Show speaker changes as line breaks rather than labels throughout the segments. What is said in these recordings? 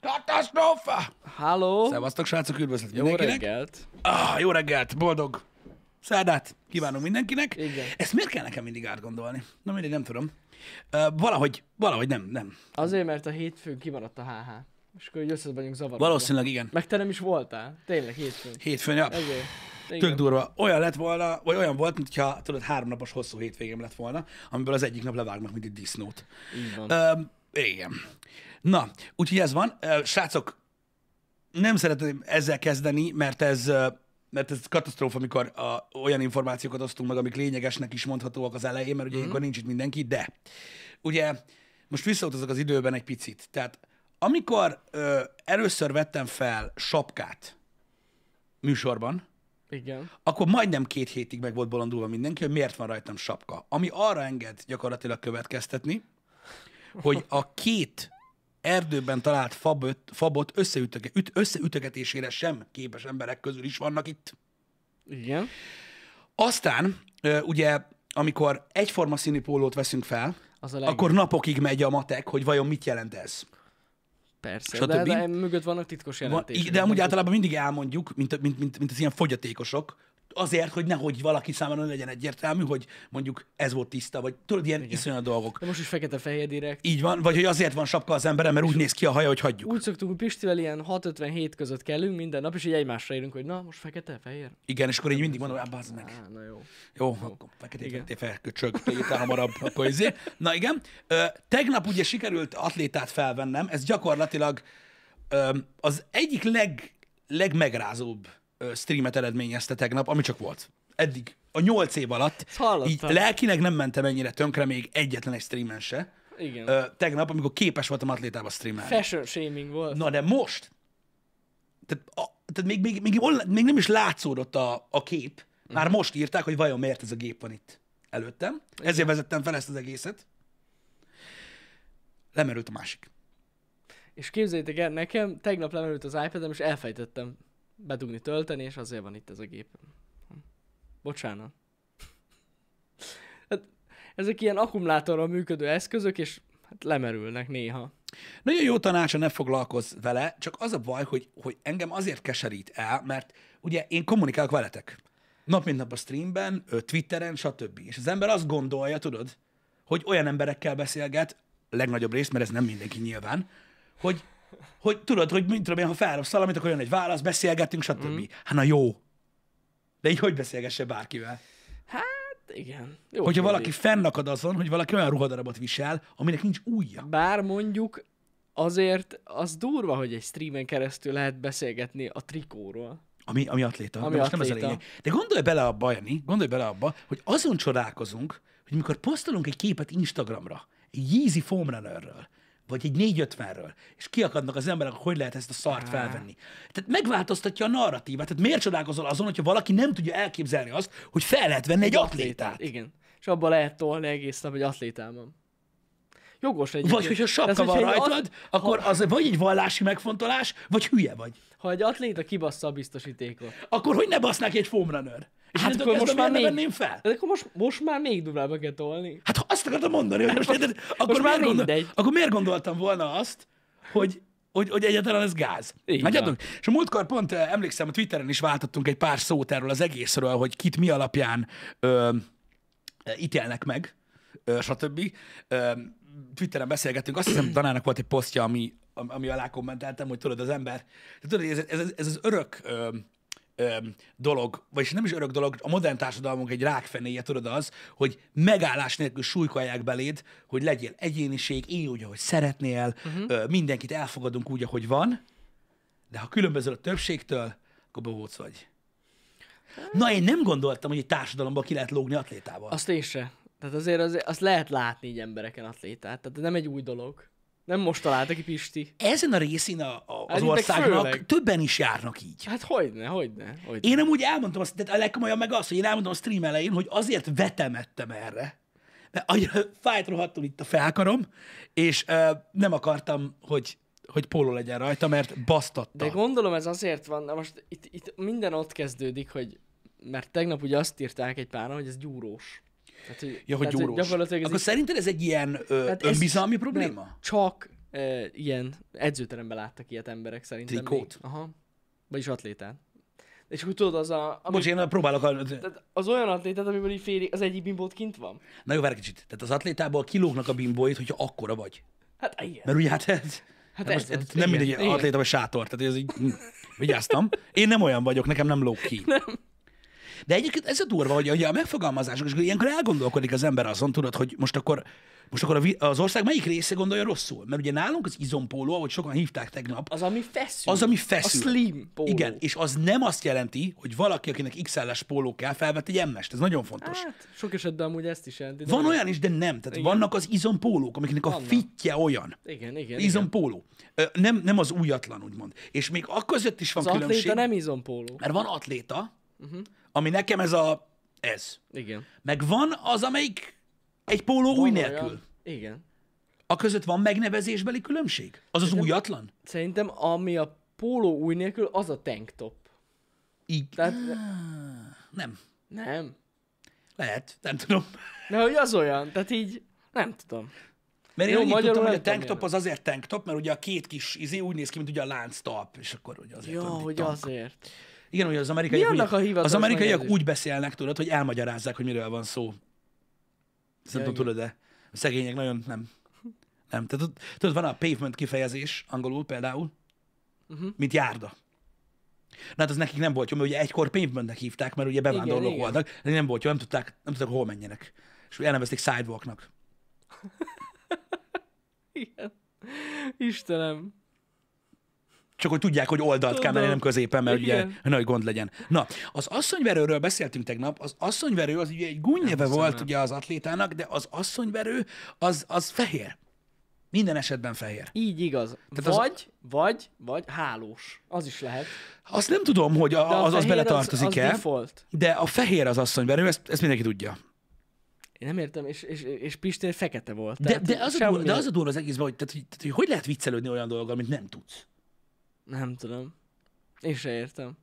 Katasztrófa!
Halló!
Szevasztok, srácok, üdvözlet
Jó
mindenkinek.
reggelt!
Ah, jó reggelt, boldog szerdát kívánunk mindenkinek.
Igen.
Ezt miért kell nekem mindig átgondolni? Na mindig nem tudom. Uh, valahogy, valahogy nem, nem.
Azért, mert a hétfőn kimaradt a HH. És akkor így össze vagyunk zavarodva.
Valószínűleg igen.
Meg te nem is voltál. Tényleg hétfőn.
Hétfőn, ja.
Ezért. Igen.
Tök durva. Olyan lett volna, vagy olyan volt, mintha tudod, háromnapos hosszú hétvégem lett volna, amiből az egyik nap levágnak, mint egy disznót.
Így van.
Ö, igen. Na, úgyhogy ez van. Ö, srácok, nem szeretném ezzel kezdeni, mert ez ö, mert ez katasztrófa, amikor a, olyan információkat osztunk meg, amik lényegesnek is mondhatóak az elején, mert ugye mm. ilyenkor nincs itt mindenki, de ugye most visszautazok az időben egy picit. Tehát amikor ö, először vettem fel sapkát műsorban,
Igen.
akkor majdnem két hétig meg volt bolondulva mindenki, hogy miért van rajtam sapka. Ami arra enged gyakorlatilag következtetni, hogy a két erdőben talált fabot, fabot összeütöge, üt, összeütögetésére sem képes emberek közül is vannak itt.
Igen.
Aztán, ö, ugye, amikor egyforma színű pólót veszünk fel,
Az a legjobb.
akkor napokig megy a matek, hogy vajon mit jelent ez.
Persze.
stb.
De, de mögött vannak titkos
Van,
jelentések.
így- de amúgy általában mindig elmondjuk, mint, mint, mint, mint az ilyen fogyatékosok, azért, hogy nehogy valaki számára ne legyen egyértelmű, hogy mondjuk ez volt tiszta, vagy tudod, ilyen Igen. iszonyat dolgok.
De most is fekete-fehér direkt.
Így van, vagy hogy azért van sapka az emberem, mert úgy néz ki a haja, hogy hagyjuk.
Úgy szoktuk, hogy Pistivel ilyen 6-57 között kellünk minden nap, és így egymásra érünk, hogy na, most fekete-fehér.
Igen, és akkor így mindig mondom, hát bazd meg.
Á, na jó.
Jó, akkor feketét vettél fel, köcsög, itt hamarabb, akkor izé. Na igen, ö, tegnap ugye sikerült atlétát felvennem, ez gyakorlatilag ö, az egyik leg, legmegrázóbb ö, streamet eredményezte tegnap, ami csak volt. Eddig, a nyolc év alatt.
hallottam.
Így lelkileg nem mentem ennyire tönkre még egyetlen egy streamen se.
Igen.
Ö, tegnap, amikor képes voltam atlétába streamelni.
Fashion shaming volt.
Na de most, tehát, a, tehát még, még, még, online, még nem is látszódott a, a kép, már most írták, hogy vajon miért ez a gép van itt előttem. Ezért vezettem fel ezt az egészet. Lemerült a másik.
És képzeljétek el, nekem tegnap lemerült az iPad-em, és elfejtettem bedugni, tölteni, és azért van itt ez a gép. Bocsánat. Hát, ezek ilyen akkumulátorral működő eszközök, és hát lemerülnek néha.
Nagyon jó tanácsa, ne foglalkozz vele, csak az a baj, hogy, hogy engem azért keserít el, mert ugye én kommunikálok veletek. Nap mint nap a streamben, ö, Twitteren, stb. És az ember azt gondolja, tudod, hogy olyan emberekkel beszélget, legnagyobb részt, mert ez nem mindenki nyilván, hogy, hogy tudod, hogy mint tudom én, ha felrobsz valamit, akkor jön egy válasz, beszélgetünk, stb. Mm. Hát na jó. De így hogy beszélgesse bárkivel?
Hát igen. Jó
Hogyha
kérdés.
valaki fennakad azon, hogy valaki olyan ruhadarabot visel, aminek nincs ujja.
Bár mondjuk azért az durva, hogy egy streamen keresztül lehet beszélgetni a trikóról.
Ami, ami atléta.
Ami
de most nem ez a
atléta.
lényeg. De gondolj bele abba, Jani, gondolj bele abba, hogy azon csodálkozunk, hogy mikor posztolunk egy képet Instagramra, egy Yeezy Foam Runnerről, vagy egy 450-ről, és kiakadnak az emberek, hogy lehet ezt a szart felvenni. Tehát megváltoztatja a narratívát. Tehát miért csodálkozol azon, hogyha valaki nem tudja elképzelni azt, hogy fel lehet venni egy atlétát?
Igen. És abba lehet tolni egész nap, hogy atlétában. Jogos egy.
Vagy hogyha sapka van rajtad, akkor az vagy egy vallási megfontolás, vagy hülye vagy.
Ha egy atléta kibassza a biztosítékot.
Akkor hogy ne basznák egy Foam Runner? És
Hát
innentől
akkor most
kezdve
már
miért ne
még...
venném fel?
De hát akkor most, most már még duplába kell tolni.
Hát ha azt akartam mondani, hogy most, érted, akkor,
Hát, most már
miért gondol,
mindegy.
akkor miért gondoltam volna azt, hogy, hogy, hogy egyáltalán ez gáz.
Így
Látjátok? És a múltkor pont eh, emlékszem, a Twitteren is váltottunk egy pár szót erről az egészről, hogy kit mi alapján ö, ö, ítélnek meg, ö, stb. Ö, Twitteren beszélgettünk, azt hiszem Danának volt egy posztja, ami, am- ami alá kommenteltem, hogy tudod, az ember, de tudod, ez, ez, ez az örök ö, ö, dolog, vagyis nem is örök dolog, a modern társadalmunk egy rákfenéje, tudod az, hogy megállás nélkül súlykolják beléd, hogy legyél egyéniség, élj úgy, ahogy szeretnél, uh-huh. ö, mindenkit elfogadunk úgy, ahogy van, de ha különbözöl a többségtől, akkor bohóc vagy. Na, én nem gondoltam, hogy egy társadalomban ki lehet lógni atlétával.
Azt én se. Tehát azért az, azt lehet látni így embereken atlétát. Tehát nem egy új dolog. Nem most találta ki Pisti.
ezen a részén a, a, az
Hát itt meg
országnak
főleg.
többen is járnak így.
Hát hogyne, hogyne, hogyne.
Én amúgy elmondtam azt, tehát a legkomolyabb meg az, hogy én elmondtam a stream elején, hogy azért vetemettem erre, mert annyira fájt rohadtul itt a felkarom, és ö, nem akartam, hogy, hogy póló legyen rajta, mert basztatta.
De gondolom ez azért van, na most itt, itt minden ott kezdődik, hogy mert tegnap ugye azt írták egy páran, hogy ez gyúrós. Tehát, hogy,
ja, hogy
tehát,
gyúrós.
gyakorlatilag ez
Akkor
így-
szerinted ez egy ilyen ö,
tehát ez-
önbizalmi probléma?
Nem, csak ö, ilyen edzőteremben láttak ilyet emberek szerintem. még.
Trikót?
Aha. Vagyis atlétán. És akkor tudod, az a... Ami,
Bocs, én próbálok. a-
tehát az olyan atlétát, amiből így félig, az egyik bimbót kint van.
Na jó, várj kicsit. Tehát az atlétából kilógnak a bimbóit, hogyha akkora vagy.
Hát ilyen.
Mert ugye hát ez...
Hát
Hát
ez
most,
az.
ez nem
Igen,
mindegy
igen.
atléta vagy sátor, tehát ez így, hm, vigyáztam. Én nem olyan vagyok, nekem nem lóg ki. De egyébként ez a durva, hogy ugye a megfogalmazások, és ilyenkor elgondolkodik az ember azon, tudod, hogy most akkor, most akkor a vi- az ország melyik része gondolja rosszul? Mert ugye nálunk az izompóló, ahogy sokan hívták tegnap,
Az, ami feszül.
Az, ami feszül.
A slim póló.
igen, és az nem azt jelenti, hogy valaki, akinek XL-es póló kell, felvett egy MS-t. Ez nagyon fontos.
Hát, sok esetben amúgy ezt is jelenti. de-
Van olyan is, de nem. Tehát vannak az izompólók, amiknek a
Vannak.
fitje olyan.
Igen, igen. igen.
Izompóló. Ö, Nem, nem az újatlan, úgymond. És még akkor között is van
Az
különbség,
atléta nem Mhm. izompóló.
mert van atléta, uh-huh. ami nekem ez a... ez.
Igen.
Meg van az, amelyik egy póló új
Van
nélkül.
olyan- Igen.
A között van megnevezésbeli különbség? Az az újatlan?
Szerintem ami a póló új nélkül, az a tanktop.
Így.
Tehát
Ah. Nem.
nem.
Lehet. Nem tudom.
De hogy az olyan, tehát így nem tudom.
Mert én
Jó,
annyit
magyarul
tudtam, hogy a
nem tudom,
tanktop az azért tanktop, mert ugye a két kis izé úgy néz ki, mint ugye a lánctalp, és akkor ugye azért
Ja,
van egy
hogy
tank.
azért.
Igen, hogy az amerikaiak,
Mi annak
úgy-
a hivatalos
az amerikaiak
megnevezés?
úgy beszélnek, tudod, hogy elmagyarázzák, hogy miről van szó. Ezt nem
Ja,
tudom, tudod, de a szegények nagyon nem. Nem. Tehát, ott- tudod, van a pavement kifejezés angolul például,
Mhm.
uh-huh. mint járda. Na hát az nekik nem volt jó, mert ugye egykor pavementnek hívták, mert ugye bevándorlók
Igen, igen.
voltak, de nem volt jó, nem tudták, nem tudták, hol menjenek. És elnevezték sidewalknak.
Igen. Istenem.
Csak hogy tudják, hogy oldalt kell menni,
Tudom.
nem középen, mert ugye
Igen.
nagy gond legyen. Na, az asszonyverőről beszéltünk tegnap. Az asszonyverő az ugye egy gúnynéve volt ugye az atlétának, de az asszonyverő az, az fehér. Minden esetben fehér.
Így igaz.
az-
vagy, vagy, vagy hálós. Az is lehet.
Azt nem tudom, hogy
De
a,
a
az, e? az
fehér
beletartozik-e,
Az default.
de a fehér az asszonyverő, ezt, ezt mindenki tudja.
Én nem értem, és, és, és Pistér fekete volt.
De,
tehát
de, az, a
semmi-
durva, de az a durva az egészben, hogy, tehát, hogy, tehát, hogy hogy lehet viccelődni olyan dologgal, amit nem tudsz.
Nem tudom. Én se értem.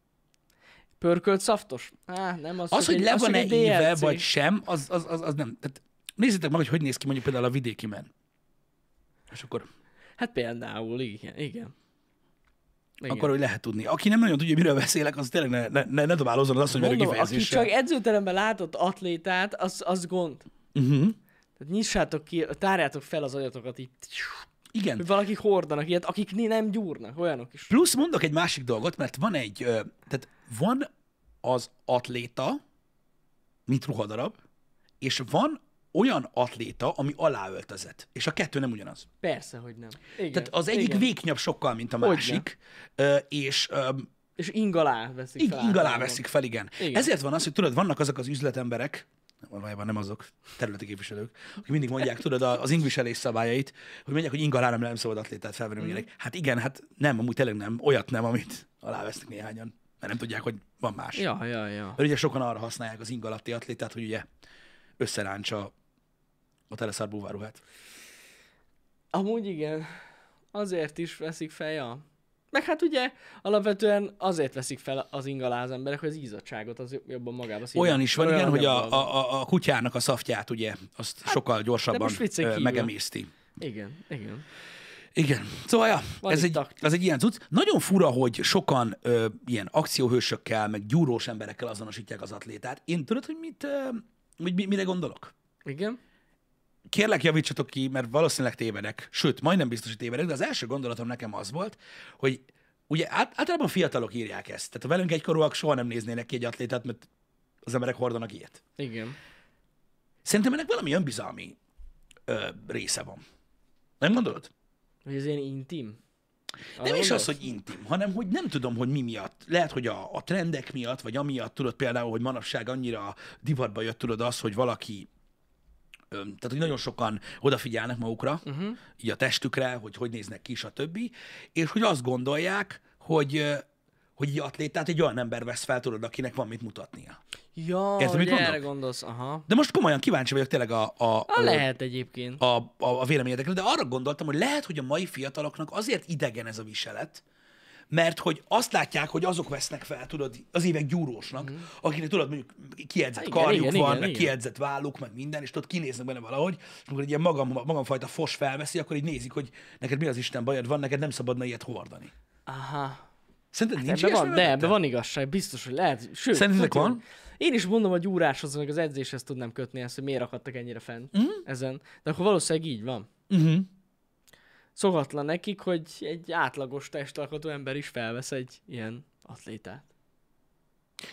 Pörkölt szaftos? Á, nem az,
Az, hogy
egy-
le
az csak
van-e
egy
éve
DLC.
vagy sem, az, az, az, az nem. Tehát, nézzétek meg, hogy hogy néz ki mondjuk például a vidéki men. És akkor
Hát például, igen, igen. igen.
Igen. akkor hogy lehet tudni. Aki nem nagyon tudja, miről beszélek, az tényleg ne, ne, ne, ne dobálózzon az asszonyverő
Mondom, aki
kifejezéssel.
csak edzőteremben látott atlétát, az, az gond.
Uh-huh.
Tehát nyissátok ki, tárjátok fel az agyatokat így.
Igen.
Hogy valakik hordanak ilyet, akik né- nem gyúrnak, olyanok is.
Plusz mondok egy másik dolgot, mert van egy, ö, tehát van az atléta, mint ruhadarab, és van olyan atléta, ami aláöltözet. És a kettő nem ugyanaz.
Persze, hogy nem. Igen,
Tehát az egyik
igen.
Igen. vékonyabb sokkal, mint a
Hogyne.
másik, ö, és ö,
És ingalá veszik
Ing,
fel.
ing alá
általában.
veszik fel, igen. igen.
Igen.
Ezért van az, hogy tudod, vannak azok az üzletemberek, valójában nem azok, területi képviselők, akik mindig mondják, tudod, a- az ingviselés szabályait, hogy mondják, hogy ing alá nem, nem szabad atlétát felvenni. Mm. Hát igen, hát nem, amúgy tényleg nem, olyat nem, amit alávesznek néhányan, mert nem tudják, hogy van más. Ja.
Ja, ja, ja.
Mert ugye sokan arra használják az ing alatti atlétát, hogy ugye összeráncsa a teleszár búváruhát.
Amúgy igen. Azért is veszik fel, ja. Meg hát ugye alapvetően azért veszik fel az ingalá az emberek, hogy az izzadságot az jobban magába szívják.
Olyan is van, igen, hogy a,
agyagban
a, a- a kutyának a szaftját ugye, azt hát, sokkal gyorsabban
most viccen
ö,
kívül.
megemészti.
van. Igen, igen.
Igen. Szóval, ja,
Van
ez
itt
egy,
taktika.
ez egy ilyen cucc. Nagyon fura, hogy sokan ö, ilyen akcióhősökkel, meg gyúrós emberekkel azonosítják az atlétát. Én tudod, hogy mit, ö, hogy mi- mire gondolok?
Igen?
Kérlek, javítsatok ki, mert valószínűleg tévedek. Sőt, majdnem biztos, hogy tévedek, de az első gondolatom nekem az volt, hogy ugye át, általában fiatalok írják ezt. Tehát a velünk egykorúak soha nem néznének ki egy atlétát, mert az emberek hordanak ilyet.
Igen.
Szerintem ennek valami önbizalmi ö, része van. Nem gondolod?
Hogy ez ilyen intim.
Nem
Arra
is az,
gondolsz?
hogy intim, hanem hogy nem tudom, hogy mi miatt. Lehet, hogy a, a trendek miatt, vagy amiatt, tudod például, hogy manapság annyira divatba jött, tudod az, hogy valaki, öm, tehát hogy nagyon sokan odafigyelnek magukra, uh-huh. így a testükre, hogy hogy néznek ki, stb. És hogy azt gondolják, hogy ö, hogy egy atlétát egy olyan ember vesz fel, tudod, akinek van mit mutatnia.
Ja,
Érted,
hogy
mit
erre
mondok?
gondolok? gondolsz, aha.
De most komolyan kíváncsi vagyok tényleg a, a,
Ha,
ö,
lehet egyébként.
a, a, a véleményedekre, de arra gondoltam, hogy lehet, hogy a mai fiataloknak azért idegen ez a viselet, mert hogy azt látják, hogy azok vesznek fel, tudod, az évek gyúrósnak, mm. akiknek tudod, mondjuk kiedzett
Há,
igen,
Mhm. Hát igen,
karjuk
igen,
van,
igen,
meg
igen.
kiedzett válluk, meg minden, és tudod, kinéznek benne valahogy, és amikor egy ilyen magam, magamfajta fos felveszi, akkor így nézik, hogy neked mi az Isten bajod van, neked nem szabadna ilyet hordani.
Aha.
Szerinted nincs
Hát Ebben van,
ilyesmi
de
mögötte?
ebben van igazság, biztos, hogy lehet. Sőt,
Szerintetek
tudod,
van?
Én is mondom, hogy gyúráshoz, meg az edzéshez tudnám kötni ezt, hogy miért akadtak ennyire fenn mm. ezen. De akkor valószínűleg így van.
Mhm.
Szokatlan nekik, hogy egy átlagos testalkotó ember is felvesz egy ilyen atlétát.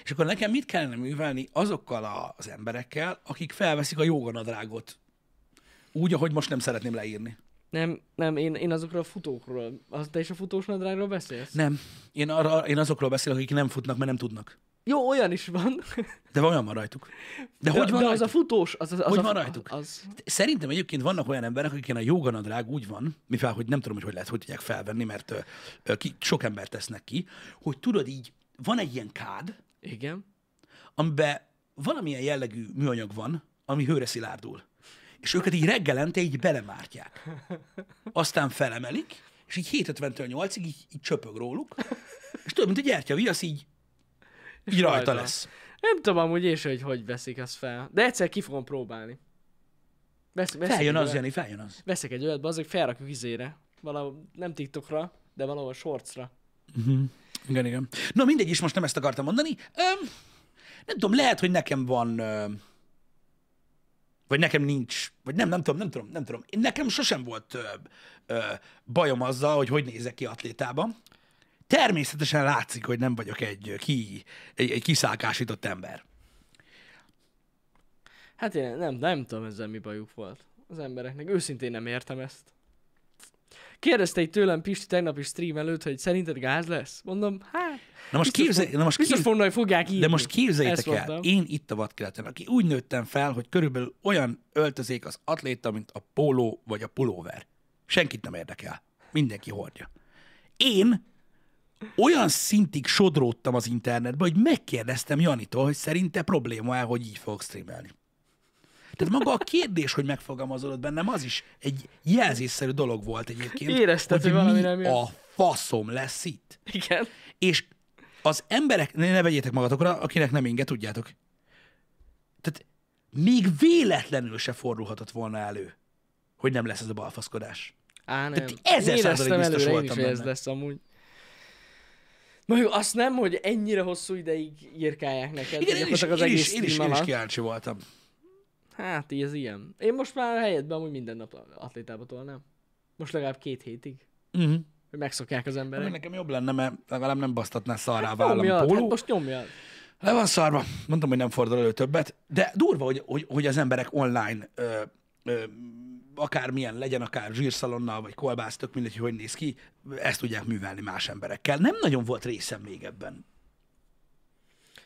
És akkor nekem mit kellene művelni azokkal a- az emberekkel, akik felveszik a joganadrágot? Úgy, ahogy most nem szeretném leírni.
Nem, nem, én, én azokról a futókról. Az, te is a futós nadrágról beszélsz?
Nem. Én, arra, én azokról beszélek, akik nem futnak, mert nem tudnak.
Jó, olyan is van.
De olyan van rajtuk. De,
De,
hogy van
de az
rajtuk?
a futós, az, az, az
Hogy
a,
van rajtuk?
Az,
Szerintem egyébként vannak olyan emberek, akiken a joganadrág úgy van, mivel hogy nem tudom, hogy hogy lehet, hogy tudják felvenni, mert ö, ö, ki, sok embert tesznek ki, hogy tudod így, van egy ilyen kád,
igen.
amiben valamilyen jellegű műanyag van, ami hőre szilárdul. És őket így reggelente így belemártják. Aztán felemelik, és így 7.50-től 8-ig így, így csöpög róluk, és tudod, mint egy gyertyaviasz, így, így rajta
rajta.
lesz.
Nem tudom amúgy én se, hogy hogy veszik azt fel. De egyszer ki fogom próbálni. Vesz, veszek
Feljön az,
egy olyat-
Jani, feljön az.
Veszek egy olyat, bazzik, felrakjuk izére. Valahol, nem TikTokra, de valahol shortsra.
Igen, igen. Na mindegy is, most nem ezt akartam mondani. Öm, nem tudom, lehet, hogy nekem van, öm, vagy nekem nincs, vagy nem, nem tudom, nem tudom, nem tudom. Én nekem sosem volt ö, ö, bajom azzal, hogy hogy nézek ki atlétában. Természetesen látszik, hogy nem vagyok egy, ö, ki, egy, egy kiszálkásított ember.
Hát én nem, nem tudom ezzel mi bajuk volt az embereknek. Őszintén nem értem ezt. Kérdezte itt tőlem Pisti tegnap is stream előtt, hogy szerinted gáz lesz? Mondom, hát,
Na most
Biztos
képzelj, na most
biztos
képzelj,
fognak, hogy fogják írni.
de most képzeljétek
Ezt
el,
mondtam.
én itt a vadkeleten, aki úgy nőttem fel, hogy körülbelül olyan öltözék az atléta, mint a póló vagy a pulóver. Senkit nem érdekel. Mindenki hordja. Én olyan szintig sodródtam az internetbe, hogy megkérdeztem Janitól, hogy szerinte probléma-e, hogy így fogok streamelni. Tehát maga a kérdés, hogy megfogalmazódott bennem, az is egy jelzésszerű dolog volt egyébként.
Érezted, hogy valami
mi
nem jön.
a faszom lesz itt.
Igen.
És az emberek, ne, ne vegyétek magatokra, akinek nem inge, tudjátok. Tehát még véletlenül se fordulhatott volna elő, hogy nem lesz ez a balfaszkodás.
Á, nem.
Tehát ezer százalék
Éreztem
biztos
előre én
voltam
is, hogy ez
benne.
lesz amúgy. Mondjuk azt nem, hogy ennyire hosszú ideig írkálják neked.
Igen, én is,
gyakorlatilag
én, is, én, is,
stream
én is
alatt.
kíváncsi voltam.
Hát, így ez ilyen. Én most már helyetben amúgy minden nap atlétába tolnám. Most legalább két hétig.
Uh-huh.
Hogy megszokják az
Meg
emberek.
nekem jobb lenne, mert legalább nem basztatná szarrá hát, vállam a
Nyomjad, hát
póló.
most nyomjad.
Le van szarva. Mondtam, hogy nem fordul elő többet, de durva, hogy, hogy, hogy az emberek online ö, ö, akármilyen legyen, akár zsírszalonnal, vagy kolbász, tök mindegy, hogy hogy néz ki, ezt tudják művelni más emberekkel. Nem nagyon volt részem még ebben.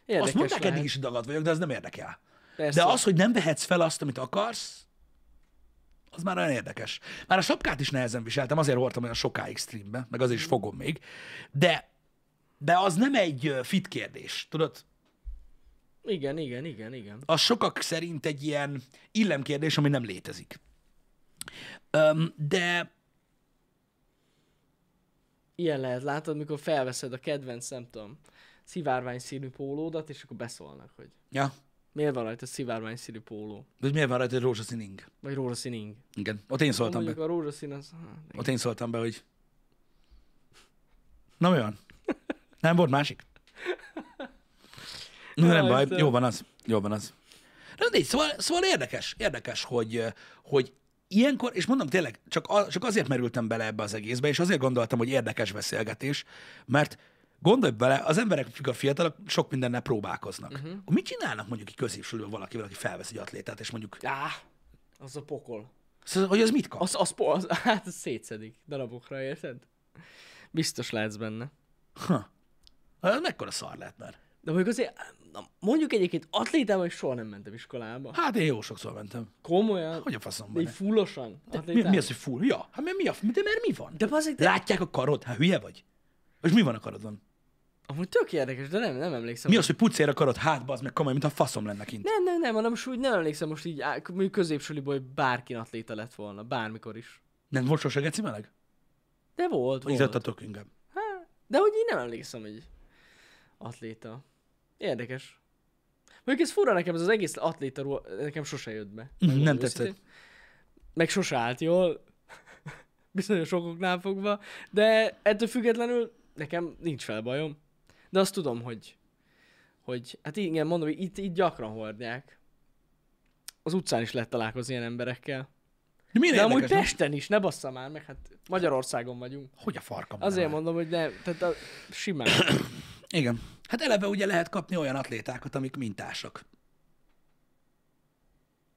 Érdekes
Azt mondták,
lehet.
eddig is dagad vagyok, de az nem érdekel.
Persze.
De az, hogy nem vehetsz fel azt, amit akarsz, az már olyan érdekes. Már a sapkát is nehezen viseltem, azért hordtam olyan sokáig streambe, meg azért is fogom még. De, de az nem egy ö, fit kérdés, tudod?
Igen, igen, igen, igen.
az sokak szerint egy ilyen illemkérdés, ami nem létezik. Öm, de
Ilyen lehet, látod, mikor felveszed a kedvenc, nem tudom, szivárvány színű pólódat, és akkor beszólnak, hogy
ja,
miért van rajta szivárvány színű póló,
de miért van rajta egy rózsaszín ing?
vagy rózsaszín ing.
Igen, ott én szóltam be.
Mondjuk a rózsaszín az... hát,
Ott én szóltam be, hogy na mi van? Nem volt másik? Na, nem
Jaj,
baj,
Istenem.
jó van az, jó van az. Na, mindegy, szóval, szóval érdekes, érdekes, hogy, hogy ilyenkor, és mondom tényleg, csak, a, csak azért merültem bele ebbe az egészbe, és azért gondoltam, hogy érdekes beszélgetés, mert gondolj bele, az emberek, akik a fiatalok sok mindennel próbálkoznak. Uh-huh. Akkor mit csinálnak mondjuk egy középsülőből valakivel, aki felvesz egy atlétát, és mondjuk,
Á, az a pokol.
szóval, hogy az mit kap?
Az, az, po- az hát az szétszedik darabokra, érted? Biztos látsz benne.
Ha. Az mekkora szar lehet már?
De mondjuk azért, na, mondjuk egyébként atlétában is soha nem mentem iskolába.
Hát én jó sokszor mentem.
Komolyan,
Hogy a faszomban?
de így fullosan
Mi,
atlétában.
mi az, hogy full? Ja, hát mert mi a, de mert mi van?
De bazzik, de...
Látják a karod? Hát hülye vagy? És mi van a karodon?
Amúgy tök érdekes, de nem, nem emlékszem.
Mi az, hogy pucér a karod? Hát bazd meg komoly, mint a faszom lenne kint.
Nem, nem, nem, hanem most úgy nem emlékszem most így, á- mondjuk középsuliból, hogy bárki atléta lett volna, bármikor is.
Nem volt sose geci meleg?
De volt,
Izzadt a
volt.
tökünkben.
De hogy én nem emlékszem, hogy atléta. Érdekes. Mondjuk ez fura nekem, ez az egész atléta ruha, nekem sose jött be. megmondom
Mhm, nem tetszett.
őszintén. Meg sose állt jól, bizonyos okoknál fogva, de ettől függetlenül nekem nincs fel bajom. De azt tudom, hogy, hogy hát igen, mondom, hogy itt, itt gyakran hordják. Az utcán is lehet találkozni ilyen emberekkel.
De miért
De amúgy
érdekes, nem?
Pesten is, ne bassza már, meg hát Magyarországon vagyunk.
Hogy a farkam?
Azért mondom, hogy ne, tehát a, simán.
Igen. Hát eleve ugye lehet kapni olyan atlétákat, amik mintásak.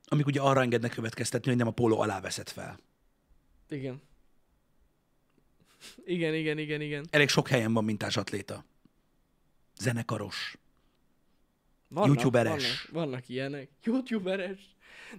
Amik ugye arra engednek következtetni, hogy nem a póló alá veszed fel.
Igen. Igen, igen, igen, igen.
Elég sok helyen van mintás atléta. Zenekaros.
Vannak,
Youtuberes.
Vannak, vannak ilyenek. Youtuberes.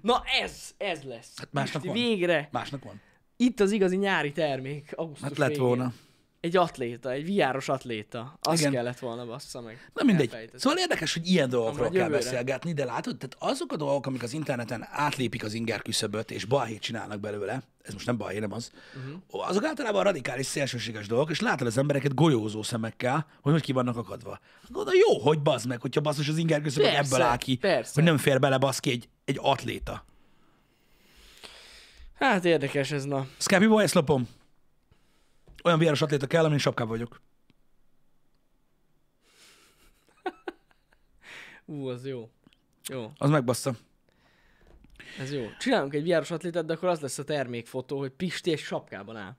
Na ez, ez lesz.
Hát másnak van.
végre.
Másnak van?
Itt az igazi nyári termék, augusztus
Hát lett
végén.
volna.
Egy atléta, egy viáros atléta. Az
Igen.
Igen. kellett volna, bassza meg.
Na mindegy.
Elfejtettem.
Szóval érdekes, hogy ilyen dolgokról
Amúgy
kell
jövőre.
beszélgetni, de látod, tehát azok a dolgok, amik az interneten átlépik az inger küszöböt, és balhét csinálnak belőle, ez most nem balhé, nem az,
Mhm.
uh-huh. azok általában radikális, szélsőséges dolgok, és látod az embereket golyózó szemekkel, hogy hogy ki vannak akadva. Oda jó, hogy bazd meg, hogyha basszus az inger küszöböt
Persze,
ebből áll ki,
persze.
hogy nem fér bele baszki egy, egy atléta.
Hát érdekes ez, na.
Scappy boy, ezt lopom. Olyan viharos atléta kell, amin sapkább vagyok.
Ú, az jó. Jó,
Az megbassza.
ez jó. Csinálunk egy viáros atlétát, de akkor az lesz a termékfotó, hogy Pisti egy sapkában áll.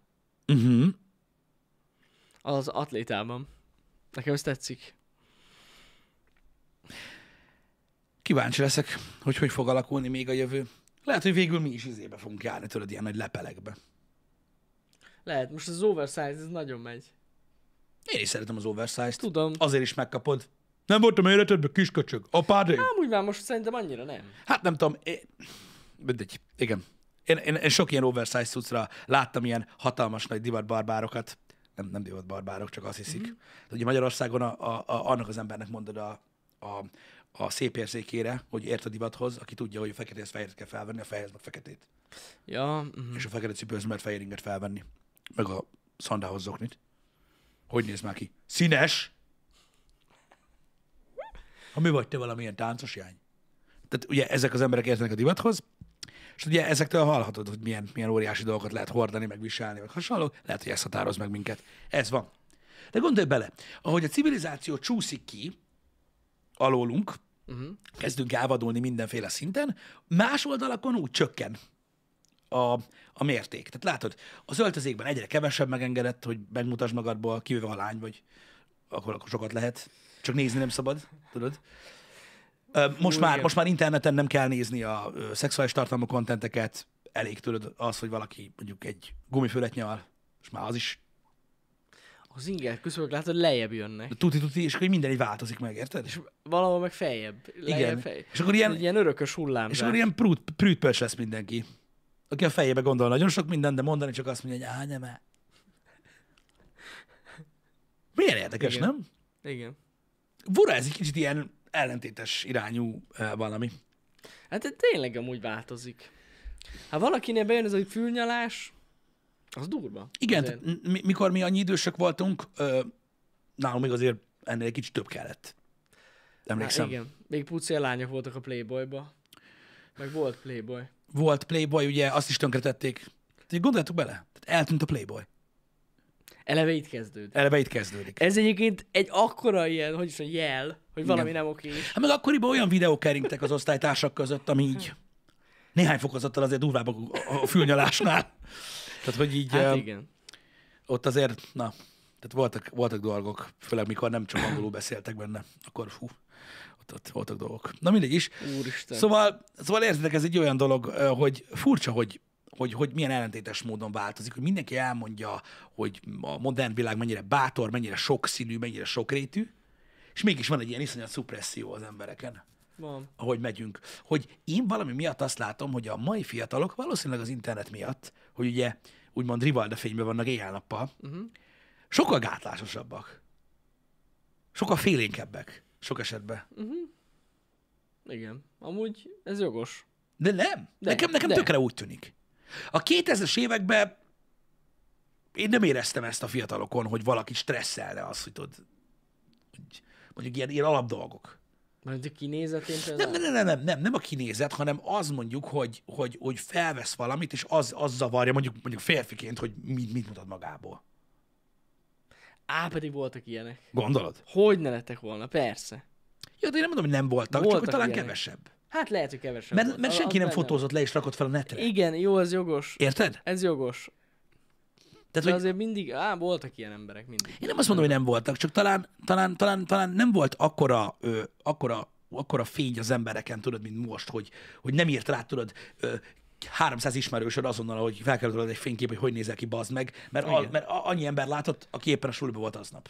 Uh-huh.
Az atlétában. Nekem ez tetszik.
Kíváncsi leszek, hogy hogy fog alakulni még a jövő. Lehet, hogy végül mi is izébe fogunk járni tőled ilyen nagy lepelekbe.
Lehet, most az oversize, ez nagyon megy.
Én is szeretem az oversize-t.
Tudom.
Azért is megkapod. Nem voltam életedben kisköcsög. Apádé.
Amúgy már most szerintem annyira nem.
Hát nem tudom. Én... Mindegy. Igen. Én, én, én, sok ilyen oversize cuccra láttam ilyen hatalmas nagy divatbarbárokat. Nem, nem divatbarbárok, csak azt hiszik. Mm-hmm. Ugye Magyarországon a, a, a, annak az embernek mondod a, a, a szép érzékére, hogy ért a divathoz, aki tudja, hogy a feketéhez fehéret kell felvenni, a fehérhez meg feketét.
Ja, mhm.
Mm. és a fekete cipőhöz mert fehér inget felvenni, meg a szandához zoknit. Hogy néz már ki? Színes! Ha mi vagy te valamilyen táncos jány? Tehát ugye ezek az emberek értenek a divathoz, és ugye ezektől hallhatod, hogy milyen, milyen óriási dolgokat lehet hordani, meg viselni, meg hasonló. Lehet, hogy ez határoz meg minket. Ez van. De gondolj bele, ahogy a civilizáció csúszik ki alólunk, uh-huh. kezdünk elvadulni mindenféle szinten, más oldalakon úgy csökken a, a mérték. Tehát látod, az öltözékben egyre kevesebb megengedett, hogy megmutasd magadból, kivéve ha lány vagy, akkor, akkor sokat lehet. Csak nézni nem szabad, tudod? Ö, Most már, most már interneten nem kell nézni a ö, szexuális tartalmú kontenteket, elég tudod az, hogy valaki mondjuk egy gumifölet nyal, és már az is
Az inger küszöbök látod, lejjebb jönnek.
tuti-tuti, és akkor minden így változik meg, érted?
És valahol meg feljebb. Lejjebb,
Igen.
Feljebb.
És akkor ilyen-
Ez egy ilyen örökös hullám.
És akkor ilyen prút, prűtpös lesz mindenki. Aki a fejébe gondol nagyon sok mindent, de mondani csak azt mondja, hogy á, nem -e. Milyen érdekes,
Igen.
nem?
Igen.
Vura ez egy kicsit ilyen ellentétes irányú eh, valami.
Hát ez tényleg amúgy változik. Hát valakinél bejön ez a fülnyalás, az durva.
Igen,
Azért.
tehát m- mi- mikor mi annyi idősek voltunk, ö, nálunk még azért ennél egy kicsit több kellett. Emlékszem.
Hát igen. Még pucél lányok voltak a Playboyba. Meg volt Playboy.
Volt Playboy, ugye azt is tönkretették. Tehát így gondoljatok bele, tehát eltűnt a Playboy.
Eleve itt kezdődik.
Eleve itt kezdődik.
Ez egyébként egy akkora ilyen, hogy is mondjam, jel, hogy valami nem oké.
Hát meg akkoriban olyan videók keringtek az osztálytársak között, ami így néhány fokozattal azért durvábbak a a fülnyalásnál. Tehát, hogy így
Hát
eh,
igen.
ott azért, na, tehát voltak, voltak dolgok, főleg mikor nem csak angolul beszéltek benne, akkor fú, ott, ott voltak dolgok. Na mindegy is.
Úristen.
Szóval, szóval értitek, ez egy olyan dolog, ö, hogy furcsa, hogy, hogy, hogy milyen ellentétes módon változik, hogy mindenki elmondja, hogy a modern világ mennyire bátor, mennyire sokszínű, mennyire sokrétű, és mégis van egy ilyen iszonyat szupresszió az embereken
Van.
ahogy megyünk, hogy én valami miatt azt látom, hogy a mai fiatalok valószínűleg az internet miatt, hogy ugye úgymond rivalda fényben vannak éjjel-nappal, uh-huh. sokkal gátlásosabbak, sokkal félénkebbek sok esetben.
Igen. Amúgy ez jogos.
De nem. De,
De,
nekem nekem de.
de.
tökre úgy tűnik. A 2000-es években én nem éreztem ezt a fiatalokon, hogy valaki stresszelne azt, hogy tudod, hogy mondjuk ilyen, ilyen alapdolgok.
Majd a kinézetén például?
Nem, nem, nem, nem, nem, nem a kinézet, hanem az mondjuk, hogy, hogy, hogy felvesz valamit, és az, az zavarja mondjuk, mondjuk férfiként, hogy mit, mit mutat magából.
Á, pedig voltak ilyenek.
Gondolod?
Hogy ne lettek volna, persze.
Jó, de én nem mondom, hogy nem voltak, voltak csak
Voltak
hogy talán
ilyenek.
kevesebb.
Hát lehet, hogy kevesebb
Mert,
volt.
mert
A-
senki
az
nem
benne van.
fotózott le és rakott fel a netre.
Igen, jó, ez jogos.
Érted?
Ez jogos.
Tehát,
De
hogy
azért mindig, á, voltak ilyen emberek mindig.
én nem azt mondom, hogy nem voltak, csak talán, talán, talán, talán nem volt akkora, ö, akkora, akkora fény az embereken, tudod, mint most, hogy, hogy nem írt rá, tudod, ö, 300 ismerősöd azonnal, hogy felkerülöd egy fénykép, hogy hogy nézel ki, bazd meg, mert, a,
Igen.
mert a- annyi ember látott, aki éppen a suliba volt aznap.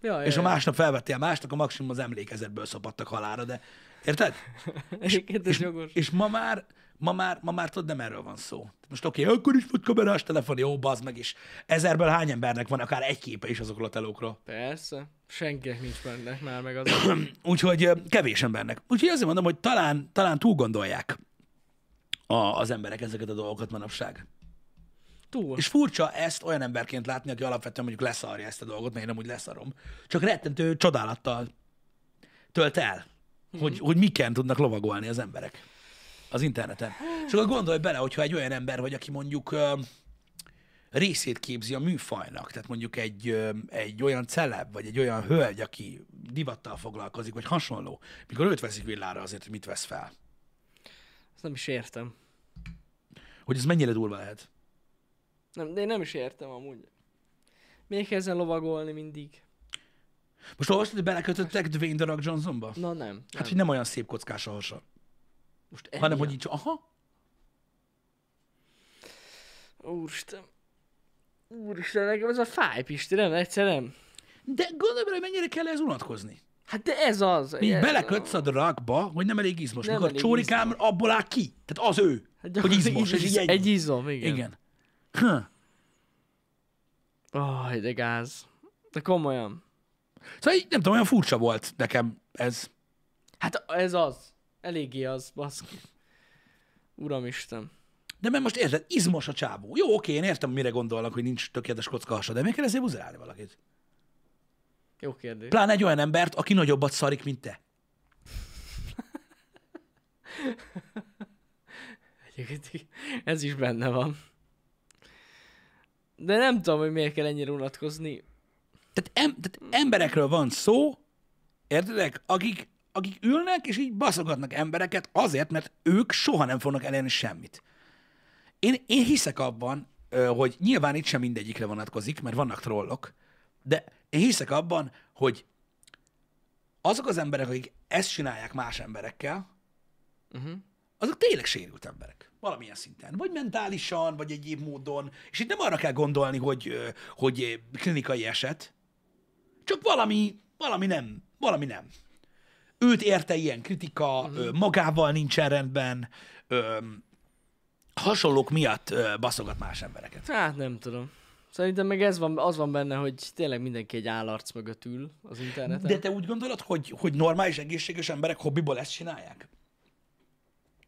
Ja, ja,
És a
ja.
másnap felvettél mást, akkor maximum az emlékezetből szapadtak halára, de érted?
Egyébként ez jogos.
És ma már, ma már, ma már tudod, nem erről van szó. Tehát Most oké, okay, akkor is volt kamerás telefon, jó, bazd meg, és ezerből hány embernek van akár egy képe is azokról a telókról.
Persze. Senkinek nincs benne már meg az.
Úgyhogy ö, kevés embernek. Úgyhogy azért mondom, hogy talán, talán túl gondolják a, az emberek ezeket a dolgokat manapság.
Túl.
És furcsa ezt olyan emberként látni, aki alapvetően mondjuk leszarja ezt a dolgot, mert én amúgy leszarom. Csak rettentő csodálattal tölt el, hogy, hogy miken tudnak lovagolni az emberek az interneten. És akkor gondolj bele, hogyha egy olyan ember vagy, aki mondjuk ö, részét képzi a műfajnak, tehát mondjuk egy, ö, egy olyan celeb, vagy egy olyan hölgy, aki divattal foglalkozik, vagy hasonló, mikor őt veszik villára azért, hogy mit vesz fel.
Ezt nem is értem.
Hogy ez mennyire durva lehet.
Nem, de én nem is értem amúgy. Miért kell ezen lovagolni mindig?
Most olvastad, hogy belekötöttek Dwayne The Rock Johnsonba?
Na nem. nem.
Hát, hogy nem olyan szép kockás a hasa.
most ennyi.
hanem hogy így, aha,
Úristen. Úristen, nekem ez a fáj, Pisti, nem, egyszer nem.
de gondolj bele, hogy mennyire kell ez unatkozni.
Hát de ez az.
Így
ez-
belekötsz a drakba, hogy nem elég izmos.
Nem
Mikor
elég
csórikám, abból áll ki. Tehát az ő,
Hát
hogy
gyakorlatilag
izmos, és így egy.
egy izom, igen.
Igen. Huh.
Aj, de gáz. De komolyan.
Szóval így, nem tudom, olyan furcsa volt nekem ez.
Hát ez az. Eléggé az, baszki. Uramisten.
De mert most érted, izmos a csávó. Jó, oké, én értem, mire gondolnak, hogy nincs tökéletes kocka hasa, de miért kell ezért buzerálni valakit?
Jó kérdés.
Pláne egy olyan embert, aki nagyobbat szarik, mint te.
Egyébként ez is benne van. De nem tudom, hogy miért kell ennyire unatkozni.
Tehát, em, tehát emberekről van szó, értedek, akik, akik ülnek és így baszogatnak embereket azért, mert ők soha nem fognak elérni semmit. Én, én hiszek abban, ö, hogy nyilván itt sem mindegyikre vonatkozik, mert vannak trollok, de én hiszek abban, hogy azok az emberek, akik ezt csinálják más emberekkel,
Uh-huh.
azok tényleg sérült emberek. Valamilyen szinten. Vagy mentálisan, vagy egyéb módon. És itt nem arra kell gondolni, hogy, ö, hogy ö, klinikai eset, csak valami, valami nem, valami nem. Őt érte ilyen kritika, ö, magával nincsen rendben, ö, hasonlók miatt ö, baszogat más embereket.
Hát nem tudom. Szerintem meg ez van, az van benne, hogy tényleg mindenki egy állarc mögött ül az interneten.
De te úgy gondolod, hogy, hogy normális, egészséges emberek hobbiból ezt csinálják?